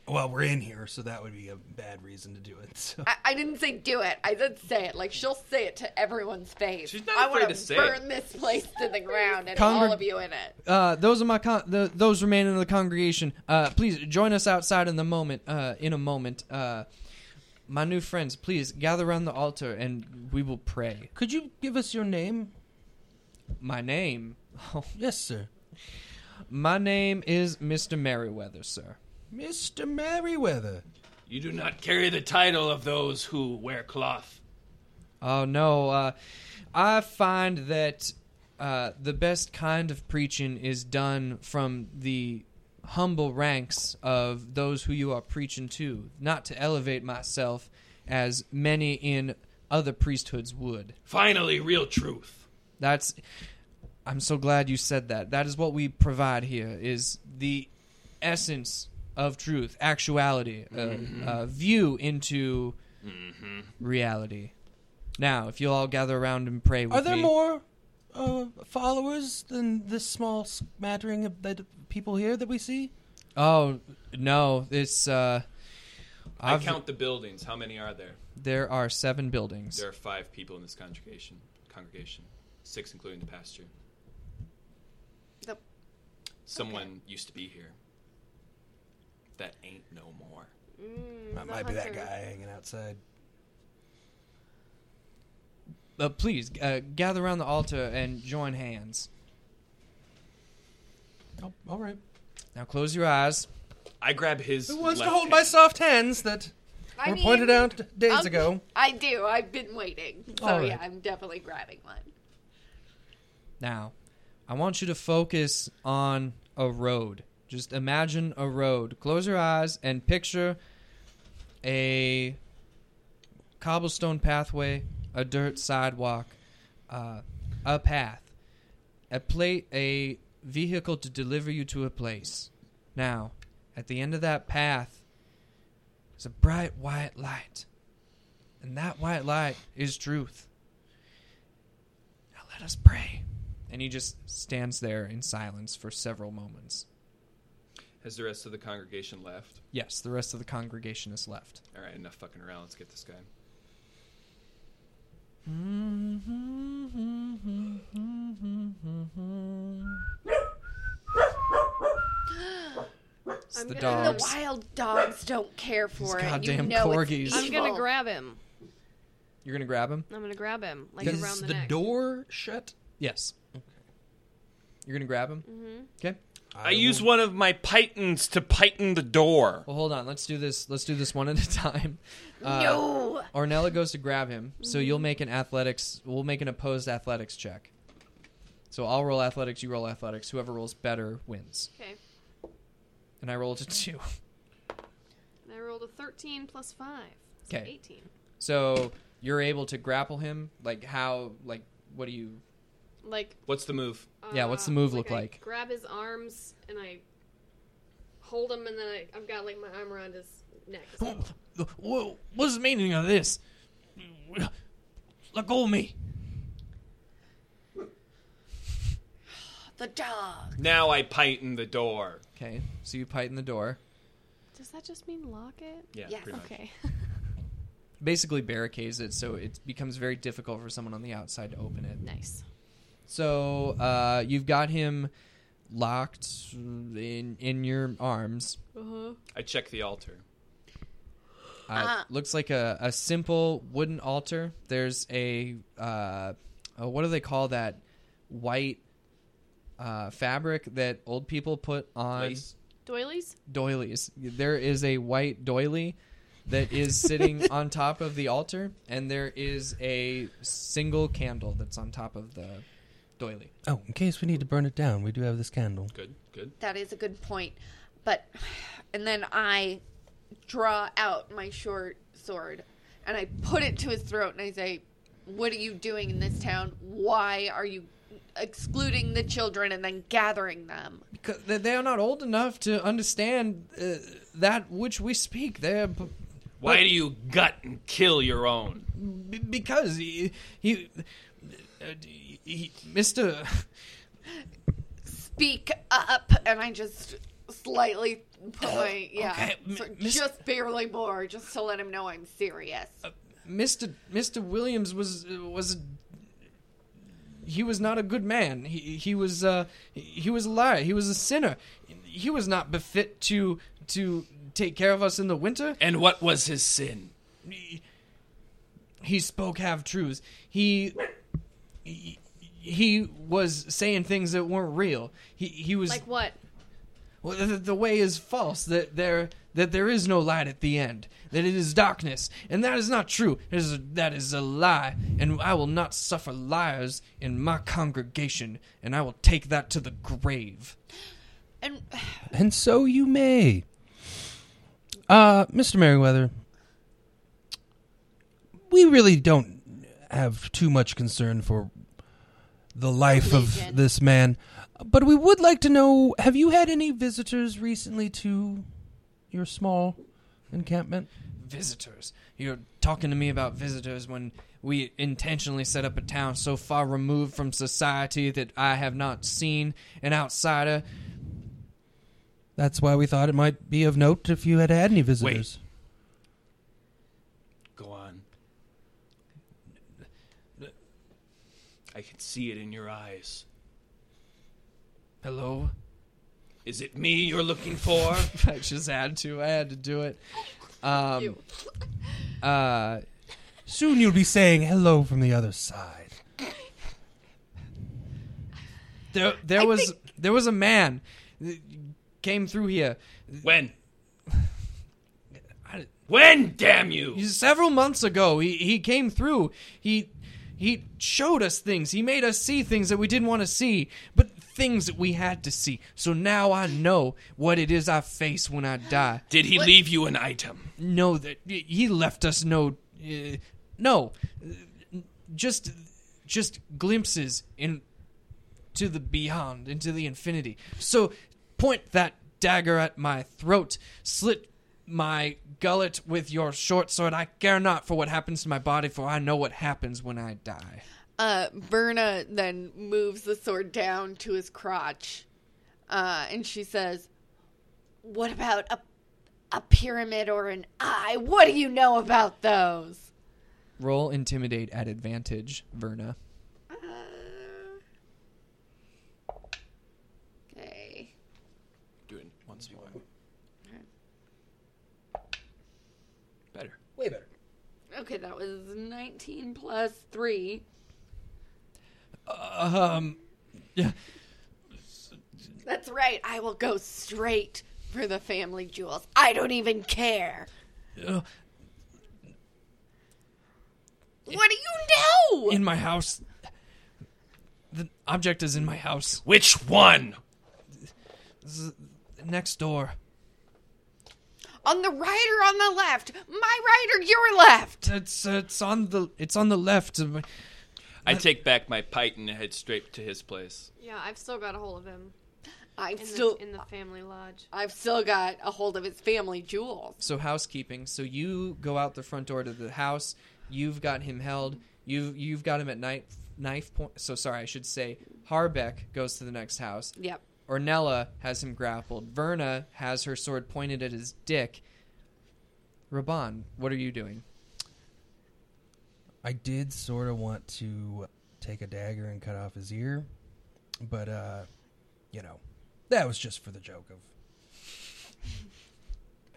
S2: Well, we're in here, so that would be a bad reason to do it. So.
S3: I, I didn't say do it. I did say it. Like she'll say it to everyone's face.
S6: She's not
S3: I
S6: afraid
S3: wanna
S6: to say it.
S3: burn this place to the ground and
S4: Congreg-
S3: all of you in it.
S4: uh, those are my con- the, those remain in the congregation. Uh, please join us outside in the moment. Uh, in a moment, uh, my new friends, please gather around the altar and we will pray.
S2: Could you give us your name?
S4: My name,
S2: Yes, sir.
S4: my name is Mister Merriweather, sir.
S2: Mr. Merriweather.
S1: You do not carry the title of those who wear cloth.
S4: Oh no, uh, I find that uh, the best kind of preaching is done from the humble ranks of those who you are preaching to, not to elevate myself as many in other priesthoods would.
S1: Finally, real truth.
S4: That's. I'm so glad you said that. That is what we provide here: is the essence of truth, actuality, a a view into reality. Now, if you'll all gather around and pray with
S2: Are there
S4: me-
S2: more uh, followers than this small smattering of that people here that we see?
S4: Oh no, it's. Uh,
S6: I
S4: I've-
S6: count the buildings. How many are there?
S4: There are seven buildings.
S6: There are five people in this congregation. Congregation, six including the pastor.
S3: The-
S6: Someone used to be here. That ain't no more.
S2: That might be that guy hanging outside.
S4: Uh, please uh, gather around the altar and join hands.
S2: Oh, all right.
S4: Now close your eyes.
S6: I grab his.
S2: Who wants to
S6: left
S2: hold
S6: hand.
S2: my soft hands that
S3: I
S2: were
S3: mean,
S2: pointed out days
S3: I'll-
S2: ago?
S3: I do. I've been waiting. So
S2: All right.
S3: yeah, I'm definitely grabbing one.
S4: Now, I want you to focus on a road. Just imagine a road. Close your eyes and picture a cobblestone pathway, a dirt sidewalk, uh, a path, a pla a vehicle to deliver you to a place. Now, at the end of that path is a bright white light, and that white light is truth. Now let us pray. And he just stands there in silence for several moments.
S6: Has the rest of the congregation left?
S4: Yes, the rest of the congregation is left.
S6: All right, enough fucking around. Let's get this guy.
S4: It's the
S5: gonna-
S4: dogs.
S3: The wild dogs don't care for it. You
S4: goddamn
S3: know it's
S4: corgis.
S5: I'm gonna
S3: evil.
S5: grab him.
S4: You're gonna grab him?
S5: I'm gonna grab him like
S2: Is
S5: around the,
S2: the,
S5: neck.
S2: door shut?
S4: Yes. Okay. Mm-hmm. You're gonna grab him? Okay.
S6: I, use one of my pythons to python the door.
S4: Well, hold on. Let's do this. Let's do this one at a time. Uh,
S3: No.
S4: Ornella goes to grab him, so you'll make an athletics. We'll make an opposed athletics check. So I'll roll athletics. You roll athletics. Whoever rolls better wins.
S5: Okay,
S4: And I rolled a two.
S5: and I rolled a 13 plus five. It's
S4: 'Kay.
S5: 18.
S4: So you're able to grapple him. Like how? Like what do you?
S5: Like
S6: What's the move?
S4: Yeah,
S5: uh,
S4: what's the move look
S5: I
S4: like?
S5: grab his arms and I hold him, and then I, I've got like my arm around his neck. So-
S4: Whoa! What's the meaning of this? Let go of me.
S3: The dog.
S6: Now I python the door.
S4: Okay. So you python the door.
S5: Does that just mean lock it?
S6: Yeah,
S3: Yes.
S6: pretty much.
S5: Okay.
S4: Basically barricades it, so it becomes very difficult for someone on the outside to open it.
S5: nice.
S4: So uh, you've got him locked in in your arms.
S5: Uh-huh.
S6: I check the altar.
S4: Uh,
S3: Ah.
S4: Looks like a, a simple wooden altar. There's a uh, uh, what do they call that white uh, fabric that old people put on
S6: Place.
S5: Doilies?
S4: doilies. There is a white doily that is sitting on top of the altar, and there is a single candle that's on top of the doily.
S2: Oh, in case we need to burn it down, we do have this candle.
S6: Good, good.
S3: That is a good point. But and then I draw out my short sword and I put it to his throat and I say, "What are you doing in this town? Why are you excluding the children and then gathering them?"
S4: Because they- they are not old enough to understand uh, that which we speak. They're b-
S6: Why do you gut and kill your own?
S4: b- because he, he, uh, he Mister.
S3: Speak up and I just slightly put my yeah,
S4: Oh, Okay, m-
S3: so
S4: miss- Uh,
S3: just barely more just to let him know I'm serious.
S4: Mr. Mr. Williams was uh, was he was not a good man. He he was uh he was a liar. He was a sinner. He was not befit to to take care of us in the winter.
S1: And what was his sin?
S4: He spoke half truths. He, he he was saying things that weren't real. He he was
S5: Like what?
S4: Well, the, the way is false. That there that there is no light at the end. That it is darkness, and that is not true. That is a, that is a lie, and I will not suffer liars in my congregation, and I will take that to the grave.
S3: And
S2: And so you may. Uh, Mr. Merriweather, we really don't have too much concern for the life
S5: Religion.
S2: of this man, but we would like to know have you had any visitors recently to your small encampment?
S4: Visitors, you're talking to me about visitors when we intentionally set up a town so far removed from society that I have not seen an outsider.
S2: That's why we thought it might be of note if you had had any visitors.
S6: Go on. I can see it in your eyes.
S4: Hello.
S6: Is it me you're looking for?
S4: I just had to. I had to do it. Um,
S5: Ew.
S4: uh,
S2: Soon you'll be saying hello from the other side.
S4: There, there was there was a man that came through here
S6: when?
S4: I-
S6: When, damn you!
S4: several months ago. He he came through. He he showed us things. He made us see things that we didn't want to see. But things that we had to see. So now I know what it is I face when I die.
S1: Did he leave you an item?
S4: No, that y- he left us no, uh, no, uh, just, just glimpses in to the beyond, into the infinity. So point that dagger at my throat, slit my gullet with your short sword. I care not for what happens to my body, for I know what happens when I die.
S3: Uh, Verna then moves the sword down to his crotch, uh, and she says, "What about a a pyramid or an eye? What do you know about those?"
S4: Roll intimidate at advantage, Verna.
S3: Okay,
S6: Do it once more.
S1: Better.
S2: Way better.
S3: okay, that was nineteen plus three.
S4: Um, yeah,
S3: That's right. I will go straight for the family jewels. I don't even care.
S4: uh,
S3: What do you know?
S4: in my house. The object is in my house,
S1: Which one?
S4: next door.
S3: on the right or on the left? My right or your left?
S4: It's it's on the it's on the left. of my-
S6: I take back my pint and head straight to his place.
S5: Yeah, I've still got a hold of him
S3: I'm
S5: in,
S3: still.
S5: the, in the family lodge.
S3: I've still got a hold of his family jewels.
S4: So housekeeping. So you go out the front door to the house. You've got him held. You you've got him at knife knife point. So sorry, I should say Harbeck goes to the next house.
S3: Yep.
S4: Ornella has him grappled. Verna has her sword pointed at his dick. Raban, what are you doing?
S2: I did sort of want to take a dagger and cut off his ear, but uh, you know, that was just for the joke of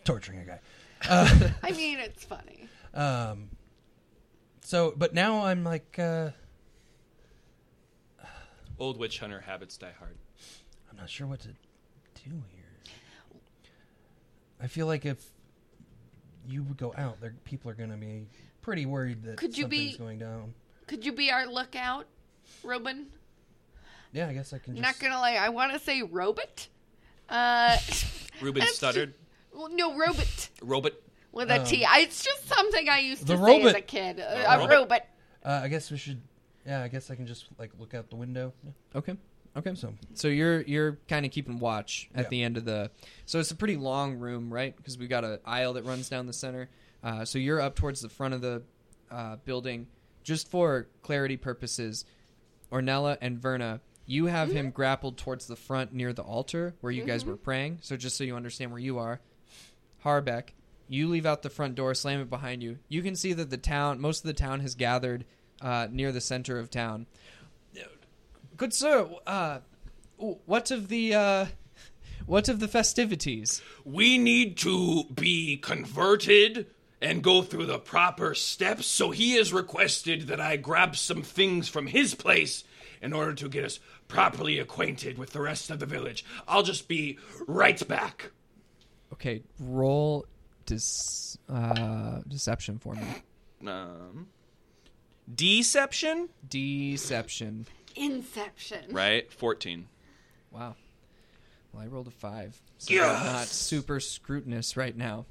S2: torturing a guy.
S3: I mean, it's funny.
S2: Um, so, but now I'm like, uh,
S6: Old witch hunter habits die hard.
S2: I'm not sure what to do here. I feel like if you would go out, there people are going to be pretty worried that
S3: Could you
S2: something's
S3: be-
S2: going down.
S3: Could you be our lookout, Robin?
S2: Yeah, I guess I can. Just,
S3: Not gonna lie, I want to say robot. Uh,
S6: Ruben
S3: That's-
S6: stuttered.
S3: well, no, robot
S6: Robot.
S3: with a T. I It's just something I used
S2: the
S3: to say as
S2: robot.
S3: a kid. Uh,
S6: The
S3: a
S6: robot.
S3: robot.
S2: Uh, I guess we should. Yeah, I guess I can just like look out the window. Yeah,
S4: Okay. Okay.
S2: so
S4: So you're you're kind of keeping watch at
S2: Yeah.
S4: the end of the. So it's a pretty long room, right? Because we've got an aisle that runs down the center. Uh, so you're up towards the front of the uh, building. Just for clarity purposes, Ornella and Verna, you have him grappled towards the front near the altar where you guys were praying. So just so you understand where you are, Harbeck, you leave out the front door, slam it behind you. You can see that the town, most of the town, has gathered uh, near the center of town. Good sir, uh, what of the uh, what of the festivities?
S1: We need to be converted and go through the proper steps. So he has requested that I grab some things from his place in order to get us properly acquainted with the rest of the village. I'll just be right back.
S4: Okay, roll dis- uh, deception for me.
S6: Um, deception.
S4: Deception.
S3: Inception.
S6: Right. Fourteen.
S4: Wow. Well, I rolled a five. So
S1: Yes!
S4: they're not super scrutinous right now.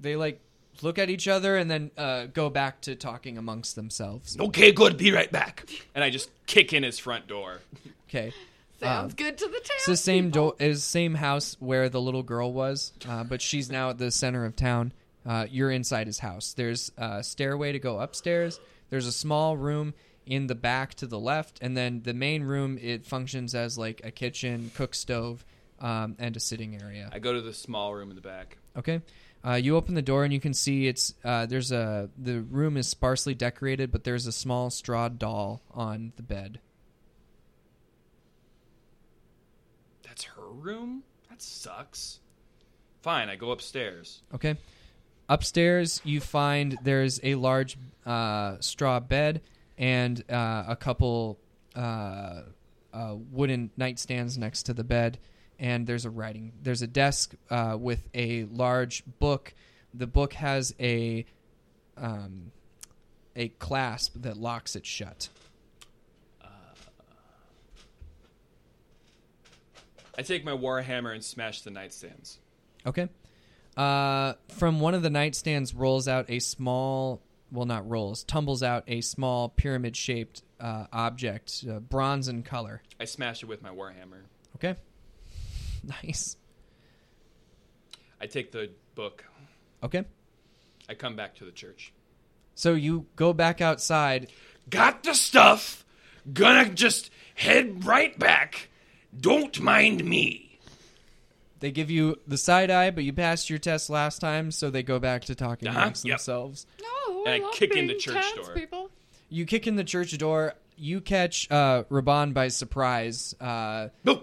S4: They like look at each other and then uh, go back to talking amongst themselves.
S1: Okay, good. Be right back.
S6: And I just kick in his front door.
S4: Okay.
S3: Sounds good to the town.
S4: It's the same door, is same house where the little girl was, uh, but she's now at the center of town. Uh, you're inside his house. There's a stairway to go upstairs. There's a small room in the back to the left, and then the main room it functions as like a kitchen, cook stove, um, and a sitting area.
S6: I go to the small room in the back.
S4: Okay. Uh, you open the door and you can see it's uh, there's a the room is sparsely decorated, but there's a small straw doll on the bed.
S6: That's her room. That sucks. Fine. I go upstairs.
S4: Okay. Upstairs, you find there's a large uh, straw bed and uh, a couple uh, uh, wooden nightstands next to the bed, and there's a writing. There's a desk uh, with a large book. The book has a um, a clasp that locks it shut.
S6: I take my warhammer and smash the nightstands.
S4: Okay. Uh, from one of the nightstands rolls out a small, well, not rolls, tumbles out a small pyramid shaped uh, object, uh, bronze in color.
S6: I smash it with my warhammer.
S4: Okay. Nice.
S6: I take the book.
S4: Okay.
S6: I come back to the church.
S4: So you go back outside.
S1: Got the stuff. Gonna just head right back. Don't mind me.
S4: They give you the side eye, but you passed your test last time, so they go back to talking
S1: Uh-huh,
S4: amongst
S1: yep.
S4: themselves.
S3: No,
S6: And I love kick in the being church door. townspeople.
S4: You kick in the church door. You catch uh, Raban by surprise. Uh,
S1: No,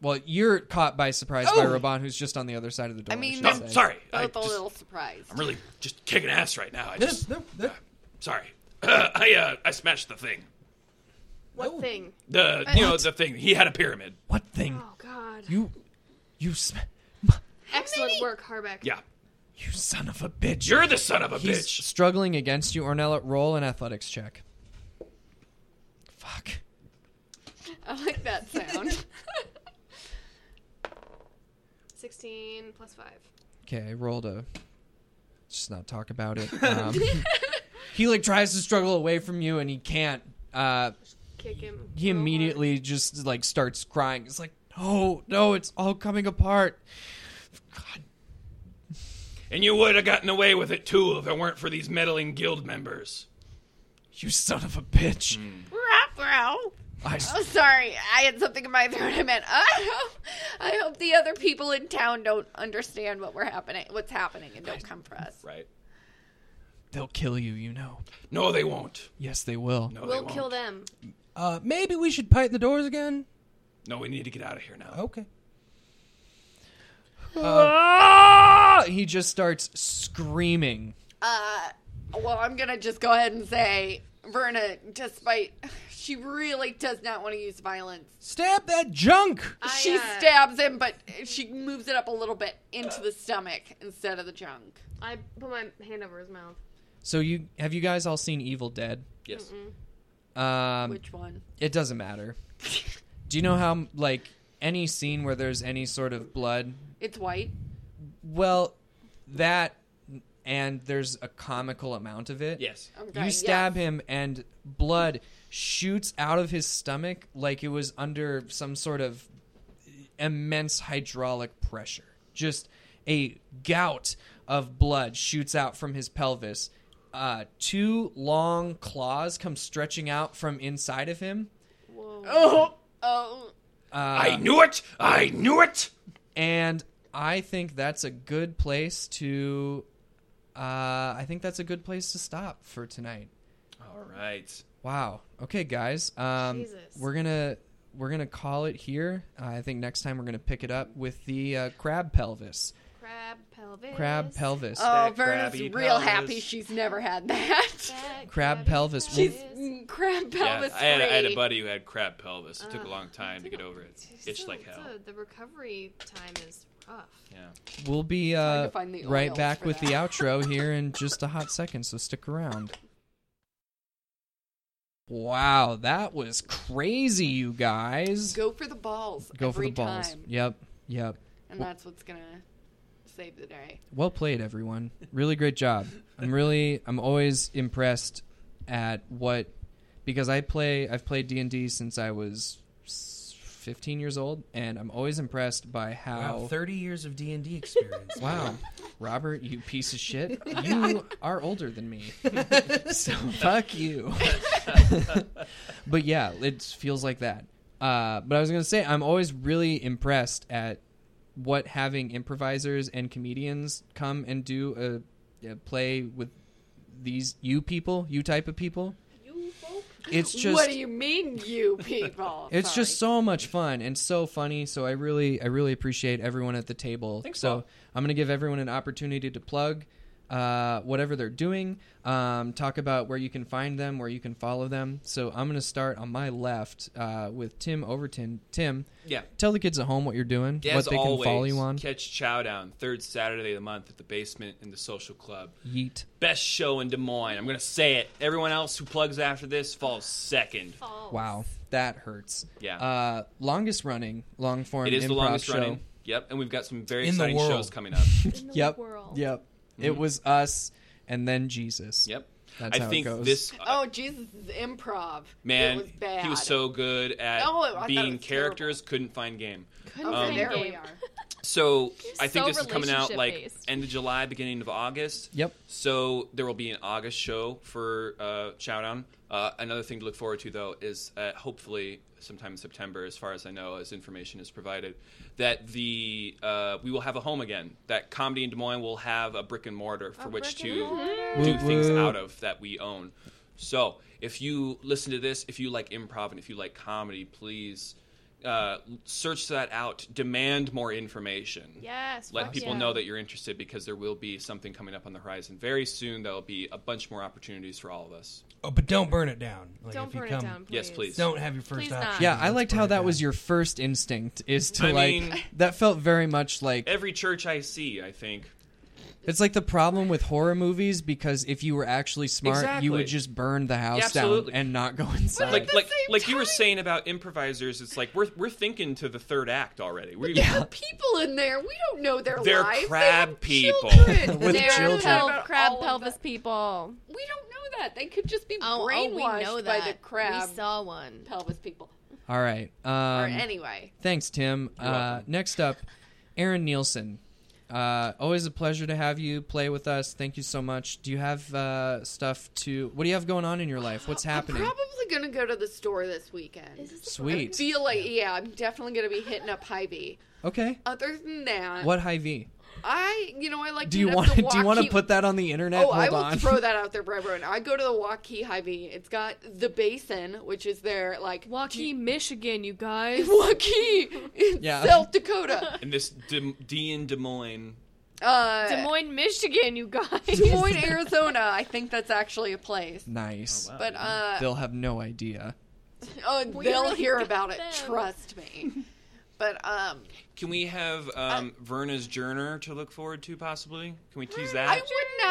S4: well, you're caught by surprise by
S1: Oh.
S4: Raban, who's just on the other side of the door.
S3: I mean,
S4: should
S1: no,
S3: Just-
S1: sorry. I
S3: Both a
S1: just,
S3: little surprised.
S1: I'm really just kicking ass right now. I
S2: No,
S1: just,
S2: no, no.
S1: sorry. I uh, I smashed the thing.
S5: What thing?
S1: The you know the thing. He had a pyramid.
S4: What thing?
S5: Oh God!
S4: You, you, sm-
S5: Excellent work, Harbeck.
S1: Yeah,
S4: you son of a bitch!
S1: you're the son of a
S4: He's
S1: bitch.
S4: struggling against you, Ornella. Roll an athletics check. Fuck.
S3: I like that sound.
S5: Sixteen plus five.
S4: Okay, I rolled a. let's Just not talk about it. Um, he like tries to struggle away from you, and he can't. Uh,
S5: Kick him.
S4: he
S5: real hard.
S4: immediately just like starts crying. It's like, no, no, it's all coming apart. God.
S1: And you would have gotten away with it too if it weren't for these meddling guild members.
S4: You son of a bitch!
S3: Raphael.
S4: I s-
S3: Oh, sorry. I had something in my throat. I meant, I hope, I hope the other people in town don't understand what we're happening, what's happening, and don't come for us.
S6: Right.
S4: they'll kill you, you know.
S1: No, they won't.
S4: Yes, they will.
S1: No, they
S5: We'll
S1: won't.
S5: kill them.
S2: Uh, maybe we should pipe the doors again.
S1: No, we need to get out of here now.
S2: Okay.
S4: Ah! He just starts screaming.
S3: Uh, well, I'm gonna just go ahead and say, Verna, despite she really does not want to use violence,
S2: Stab that junk.
S3: she
S5: uh,
S3: stabs him, but she moves it up a little bit into the stomach instead of the junk.
S5: I put my hand over his mouth.
S4: So you have you guys all seen Evil Dead?
S6: Yes. Mm.
S4: Um,
S3: Which one?
S4: It doesn't matter. Do you know how like any scene where there's any sort of blood?
S3: It's white.
S4: Well, that and there's a comical amount of it.
S6: Yes.
S3: Okay,
S4: You stab him and blood shoots out of his stomach like it was under some sort of immense hydraulic pressure. Just a gout of blood shoots out from his pelvis. Uh, two long claws come stretching out from inside of him.
S3: Oh, oh.
S6: Uh,
S1: I knew it. I knew it.
S4: and I think that's a good place to. Uh, I think that's a good place to stop for tonight.
S6: All right.
S4: Wow. Okay, guys. Um,
S5: Jesus.
S4: We're gonna we're gonna call it here. Uh, I think next time we're gonna pick it up with the uh, crab pelvis.
S5: Crab pelvis.
S4: Crab pelvis.
S3: Oh,
S6: That
S3: Verna's
S6: crabby
S3: real
S6: pelvis.
S3: happy she's never had that.
S5: Crab,
S4: Crab pelvis.
S3: She's mm, crab pelvis
S6: yeah, I had, I had a
S3: free.
S6: buddy who had crab pelvis. It
S5: Uh,
S6: took a long time to get over it. Itched
S5: Still,
S6: like hell.
S5: still, the recovery time is rough.
S6: Yeah.
S4: We'll be
S3: hard to
S4: uh,
S3: find the
S4: right
S3: oils
S4: back
S3: for
S4: with the
S3: that.
S4: outro here in just a hot second, so stick around. Wow, that was crazy, you guys.
S3: Go for the balls.
S4: Go for
S3: every
S4: the balls.
S3: Time.
S4: Yep, yep.
S3: And that's what's gonna save the day.
S4: Well played, everyone. Really great job. I'm really, I'm always impressed at what because I play. I've played D and D since I was s- 15 years old, and I'm always impressed by how.
S2: Wow, thirty years of D and D experience.
S4: Wow, Robert, you piece of shit. You are older than me. so fuck you. but yeah, it feels like that. Uh, but I was going to say, I'm always really impressed at what having improvisers and comedians come and do a, a play with these you people, you type of people. It's just
S3: what do you mean, you people?
S4: it's just so much fun and so funny. So I really, I really appreciate everyone at the table.
S6: Thanks,
S4: so
S6: Paul.
S4: I'm gonna give everyone an opportunity to plug. uh, whatever they're doing. Um, talk about where you can find them, where you can follow them. So I'm going to start on my left uh, with Tim Overton. Tim,
S6: Yeah.
S4: tell the kids at home what you're doing,
S6: As
S4: what they
S6: always,
S4: can follow you on.
S6: catch Chowdown third Saturday of the month at the basement in the social club.
S4: Yeet.
S6: Best show in Des Moines. I'm gonna say it. Everyone else who plugs after this falls second.
S4: Wow, that hurts.
S6: Yeah.
S4: Uh, longest running long form.
S6: It is
S4: improv
S6: the longest
S4: show.
S6: running. Yep, and we've got some very
S2: In the
S6: exciting
S2: world.
S6: shows coming up.
S5: In the
S4: Yep.
S5: world.
S4: Yep. It was us and then Jesus.
S6: Mm-hmm. Yep.
S4: That's
S6: I
S4: how it
S6: think
S4: goes.
S6: this uh,
S3: oh, Jesus is improv.
S6: man,
S3: it was bad.
S6: he was so good at
S3: No, I thought it
S6: being
S3: was
S6: characters, couldn't find game.
S5: Couldn't
S6: Um,
S3: Okay,
S5: find
S3: there
S5: game.
S3: we are.
S6: So I think
S5: so
S6: this is coming out like
S5: relationship-based.
S6: end of July, beginning of August.
S4: Yep.
S6: So there will be an August show for uh, Chowdown. Uh, another thing to look forward to, though, is uh, hopefully sometime in September, as far as I know, as information is provided, that the uh, we will have a home again. That comedy in Des Moines will have a brick and mortar for which to do
S4: Whoop,
S6: things
S4: whoop.
S6: out of that we own. So if you listen to this, if you like improv and if you like comedy, please uh, search that out. Demand more information.
S5: Yes.
S6: Let
S5: fuck
S6: people
S5: yeah.
S6: know that you're interested because there will be something coming up on the horizon very soon. There'll be a bunch more opportunities for all of us.
S2: Oh, but don't burn it down. Like,
S5: Don't
S2: if you
S5: burn it
S2: come-
S5: down. Please.
S6: Yes, please.
S2: Don't have your first
S5: Please
S2: option.
S5: not.
S4: Yeah,
S2: be
S4: I
S2: let's
S4: liked
S2: burn
S4: how
S2: it
S4: that
S2: down.
S4: was your first instinct is to
S6: I
S4: like
S6: mean-
S4: that felt very much like
S6: Every church I see, I think.
S4: it's like the problem with horror movies because if you were actually smart,
S6: Exactly.
S4: you would just burn the house down
S6: absolutely.
S4: and not go inside.
S6: Like like
S3: same
S6: like you were
S3: time-
S6: saying about improvisers, it's like we're we're thinking to the third act already. We,
S4: yeah.
S3: People in there, we don't know their
S6: They're
S3: lives. They
S6: crab
S3: have
S6: people.
S3: children.
S4: With
S3: They're
S4: children.
S3: telling
S5: Crab,
S3: about
S5: crab
S3: all of
S5: pelvis
S3: that.
S5: people.
S3: We don't know that. They could just be
S5: Oh,
S3: brainwashed
S5: oh, we know that.
S3: by the crab
S5: We saw one.
S3: pelvis people.
S4: All right. Um,
S3: or anyway,
S4: Thanks, Tim. Uh,
S6: welcome.
S4: next up, Aaron Nielsen. Uh, always a pleasure to have you play with us. Thank you so much. Do you have uh, stuff to? What do you have going on in your life? What's happening?
S3: I'm probably gonna go to the store this weekend. I
S4: Sweet.
S3: feel like yeah, I'm definitely gonna be hitting up Hy-Vee.
S4: Okay.
S3: Other than that,
S4: What high V?
S3: I you know I like.
S4: Do you want?
S3: want
S4: to Do you want to put that on the internet?
S3: Oh,
S4: Hold
S3: I will
S4: on.
S3: throw that out there, for everyone. I go to the Waukee Hy-Vee. It's got the basin, which is their like
S5: Waukee, Michigan, you guys.
S3: Waukee, in
S4: Yeah.
S3: South Dakota,
S6: and this Dem- Dean Des Moines.
S3: uh,
S5: Des Moines, Michigan, you guys.
S3: Des Moines, Arizona. I think that's actually a place.
S4: Nice.
S6: wow.
S3: But uh,
S4: They'll have no idea.
S3: Oh, they'll
S5: already
S3: hear
S5: got
S3: about it.
S5: them.
S3: Trust me. But um,
S6: Can we have um, Verna's Journer to look forward to possibly? Can we tease that?
S3: Uh, I
S6: And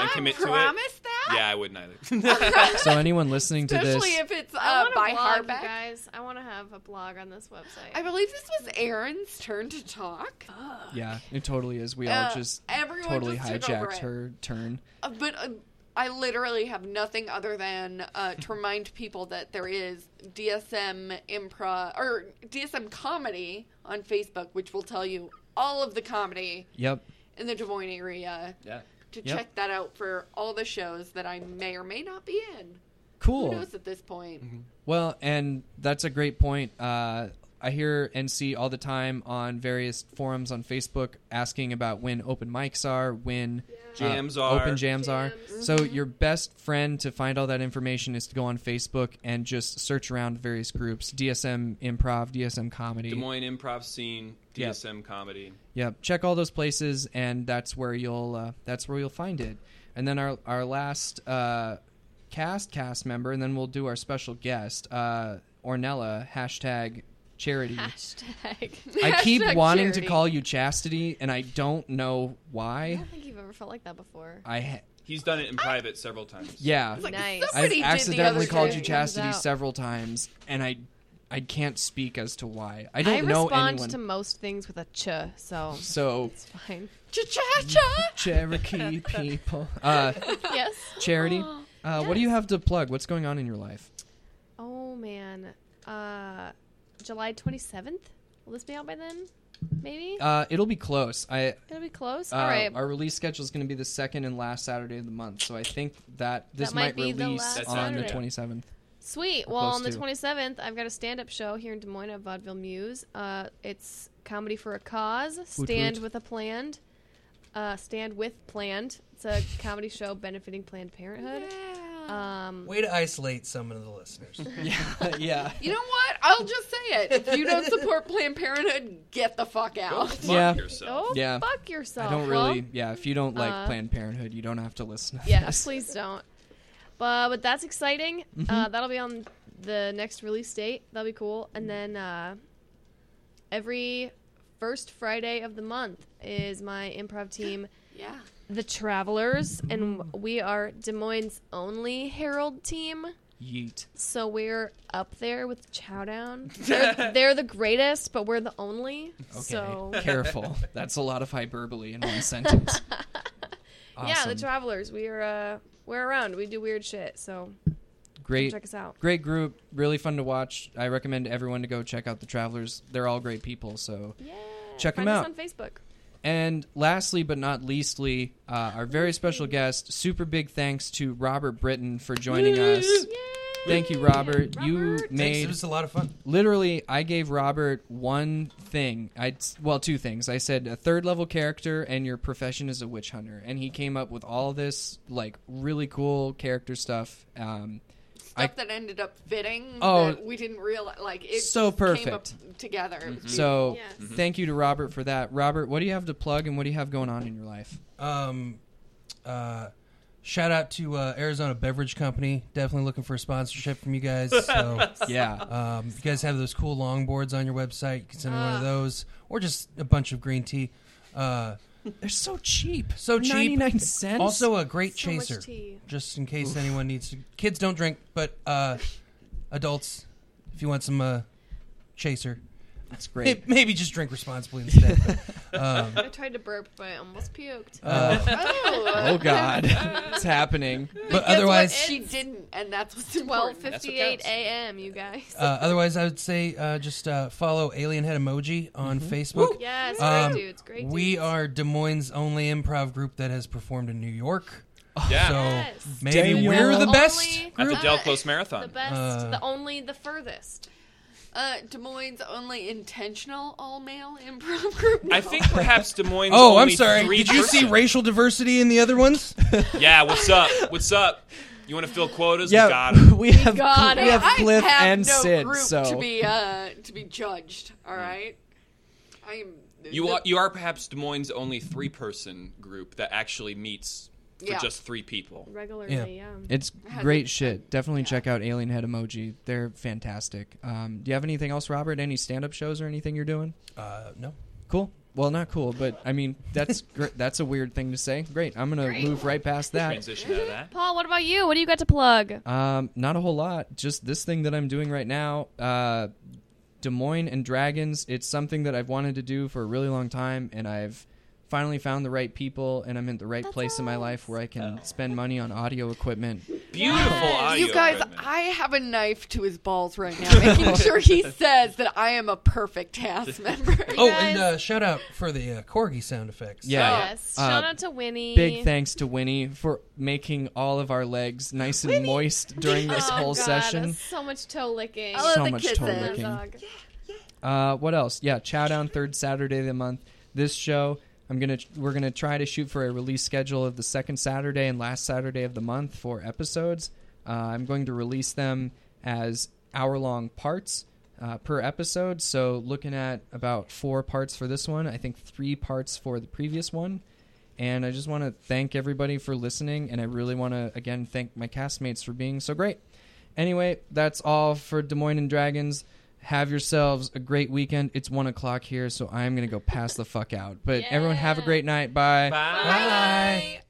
S3: would
S6: commit
S3: not
S6: to it?
S3: promise that.
S6: yeah, I wouldn't either.
S4: So anyone listening to this,
S3: Especially if it's uh,
S5: I want a
S3: by
S5: blog, you
S3: hardback.
S5: guys. I want to have a blog on this website.
S3: I believe this was Aaron's turn to talk,
S4: yeah, it totally is. We all
S3: Uh,
S4: just
S3: everyone
S4: totally
S3: just took over
S4: hijacked
S3: it.
S4: her turn.
S3: Uh, but uh, I literally have nothing other than uh, to remind people that there is DSM improv or DSM comedy on Facebook, which will tell you all of the comedy
S4: Yep.
S3: in the Des Moines area.
S6: yeah.
S3: To
S4: Yep.
S3: check that out for all the shows that I may or may not be in.
S4: Cool.
S3: Who knows at this point?
S6: Mm-hmm.
S4: Well, and that's a great point. Uh, I hear NC all the time on various forums on Facebook asking about when open mics are, when uh,
S6: Jams are.
S4: open jams are. So
S3: Mm-hmm.
S4: your best friend to find all that information is to go on Facebook and just search around various groups: DSM improv, DSM comedy.
S6: Des Moines improv scene,
S4: Yeah.
S6: DSM comedy.
S4: Yep, check all those places, and that's where you'll uh, that's where you'll find it. And then our our last uh, cast cast member, and then we'll do our special guest, uh, Ornella hashtag charity.
S5: Hashtag.
S4: I keep
S3: Hashtag
S4: wanting to
S3: charity.
S4: call you Chastity, and I don't know
S5: I
S4: why.
S5: don't think you've ever felt like that before.
S4: I ha-
S6: He's done it in private several times.
S4: yeah,
S3: Like,
S5: Nice.
S4: I've
S3: somebody did the
S4: accidentally
S3: other
S4: called
S3: day.
S4: you
S5: It comes
S4: Chastity
S5: out.
S4: several times, and I I can't speak as to why. I
S5: I
S4: don't know
S5: respond
S4: anyone.
S5: to most things with a ch, so
S4: so
S5: it's fine.
S3: Cha-cha-cha!
S4: Cherokee people. Uh,
S5: yes.
S4: Charity, uh, what do you have to plug? What's going on in your life?
S5: Oh man. Uh, July twenty seventh. Will this be out by then? Maybe.
S4: Uh, it'll be close. I uh,
S5: It'll be close. All right.
S4: our release schedule is going to be the second and last Saturday of the month, so I think that this
S5: That might be the
S4: release
S5: last
S4: on the
S6: Saturday.
S4: twenty seventh.
S5: Sweet. Well, on the
S4: close to.
S5: 27th, I've got a stand up show here in Des Moines at Vaudeville Muse. Uh, it's Comedy for a Cause, Stand
S4: woot.
S5: with a Planned.
S4: Mm-hmm.
S5: Uh, stand with Planned. It's a comedy show benefiting Planned Parenthood. Um,
S2: Way to isolate some of the listeners.
S4: Yeah, yeah.
S3: You know what? I'll just say it. If you don't support Planned Parenthood, get the fuck
S6: Go
S3: out.
S6: fuck
S4: Yeah.
S6: yourself.
S5: oh,
S4: Yeah.
S5: fuck yourself.
S4: I don't
S5: Well,
S4: really. Yeah, if you don't like
S5: uh,
S4: Planned Parenthood, you don't have to listen. To
S5: yeah,
S4: this.
S5: please don't. But but that's exciting.
S4: Mm-hmm.
S5: Uh, that'll be on the next release date. That'll be cool.
S4: Mm.
S5: And then uh, every first Friday of the month is my improv team,
S3: Yeah.
S5: The Travelers, and we are Des Moines' only Herald team.
S4: Yeet.
S5: So we're up there with Chowdown. They're, they're the greatest, but we're the only. So
S4: Careful. That's a lot of hyperbole in one sentence.
S5: yeah, the
S4: Awesome.
S5: Travelers. We are uh, we're around. We do weird shit. So
S4: Great.
S5: check us out.
S4: Great group. Really fun to watch. I recommend everyone to go check out the Travelers. They're all great people. So
S5: Yeah.
S4: Check 'em
S5: Find
S4: out.
S5: us on Facebook.
S4: And lastly, but not leastly, uh, our very special guest. Super big thanks to Robert Britton for joining us. Thank you, Robert. You
S5: Robert.
S2: Thanks,
S4: made
S2: it was a lot of fun.
S4: literally. I gave Robert one thing. I well, two things. I said a third level character and your profession is a witch hunter, and he came up with all this like really cool character stuff. Um,
S3: Stuff
S4: I-
S3: that ended up fitting
S4: Oh.
S3: that we didn't realize. Like, it
S4: So
S3: just came up
S4: perfect.
S3: together. It
S6: Mm-hmm.
S3: was
S4: so
S5: Yes.
S4: thank you to Robert for that. Robert, what do you have to plug and what do you have going on in your life?
S2: Um, uh, shout out to uh, Arizona Beverage Company. Definitely looking for a sponsorship from you guys. So
S4: Yeah.
S2: um, if you guys have those cool longboards on your website, you can send me one of
S5: Uh.
S2: those, or just a bunch of green tea. Uh,
S4: They're so cheap.
S2: So cheap.
S4: 99 cents.
S2: also, a great
S5: So much
S2: chaser,
S5: tea.
S2: just in case anyone needs to. Kids don't drink, but uh, adults, if you want some uh, chaser,
S4: that's great.
S2: may- maybe just drink responsibly instead. but, um,
S4: Uh.
S5: I tried to burp, but I almost puked.
S2: uh,
S4: Oh God, it's happening.
S2: but otherwise,
S3: she didn't, and that's what's
S5: Twelve
S3: important.
S6: That's what
S5: fifty-eight
S6: counts.
S5: a.m. You guys.
S2: Uh, otherwise, I would say uh, just uh, follow Alien Head Emoji on Facebook.
S5: yeah, it's
S2: Um,
S5: great dudes. Great dudes.
S2: We are Des Moines' only improv group that has performed in New York.
S6: Yeah.
S2: So
S5: Yes.
S2: maybe
S4: Damn.
S2: we're the
S5: Only
S2: best.
S6: At the
S5: Uh,
S6: Del Close
S5: The
S6: Marathon.
S5: best,
S2: Uh,
S5: the only, the furthest.
S3: Uh, Des Moines' only intentional all male improv group.
S6: I think perhaps Des Moines.
S2: Oh,
S6: only
S2: I'm sorry.
S6: three
S2: Did you see
S6: person.
S2: racial diversity in the other ones?
S6: Yeah, what's up? What's up? You want to fill quotas? We got 'em.
S4: Yeah, we have
S5: got
S4: we
S5: it.
S4: have
S3: I
S4: Cliff
S3: have
S4: and
S3: no
S4: Sid.
S3: group
S4: So
S3: to be uh, to be judged. All right, I'm.
S6: Mm. You are you are perhaps Des Moines' only three person group that actually meets for
S3: Yeah.
S6: just three people.
S5: Regularly,
S2: Yeah.
S5: yeah.
S4: It's great shit. Definitely check out Alien Head Emoji. They're fantastic. Um, do you have anything else, Robert? Any stand up shows or anything you're doing?
S2: Uh, no.
S4: Cool. Well, not cool, but I mean that's gr- that's a weird thing to say. Great. I'm gonna move right past that.
S6: Transition out of that.
S5: Paul, what about you? What do you got to plug?
S4: Um, not a whole lot. Just this thing that I'm doing right now. Uh, Des Moines and Dragons. It's something that I've wanted to do for a really long time, and I've finally found the right people, and I'm in the right place in my life where I can spend money on audio equipment.
S6: Beautiful audio.
S3: You guys,
S6: equipment.
S3: I have a knife to his balls right now, making sure he says that I am a perfect cast member.
S2: Oh,
S5: guys-
S2: and uh, shout out for the uh, corgi sound effects.
S4: Yeah.
S5: Yes.
S4: Uh,
S5: Shout out to Winnie.
S4: Big thanks to Winnie for making all of our legs nice and moist during this
S5: Oh,
S4: whole
S5: God,
S4: session.
S5: that's so much toe licking.
S3: Oh,
S4: so
S3: the
S4: much
S3: kisses.
S4: toe
S5: Little
S4: licking.
S5: dog.
S4: Uh, what else? Yeah, Chowdown third Saturday of the month. This show, I'm gonna we're gonna try to shoot for a release schedule of the second Saturday and last Saturday of the month for episodes. Uh, I'm going to release them as hour long parts uh, per episode. So looking at about four parts for this one. I think three parts for the previous one. And I just want to thank everybody for listening. And I really want to, again, thank my castmates for being so great. Anyway, that's all for Des Moines and Dragons. Have yourselves a great weekend. It's one o'clock here, so I'm going to go pass the fuck out. But everyone, have a great night. Bye.
S6: Bye.
S2: Bye.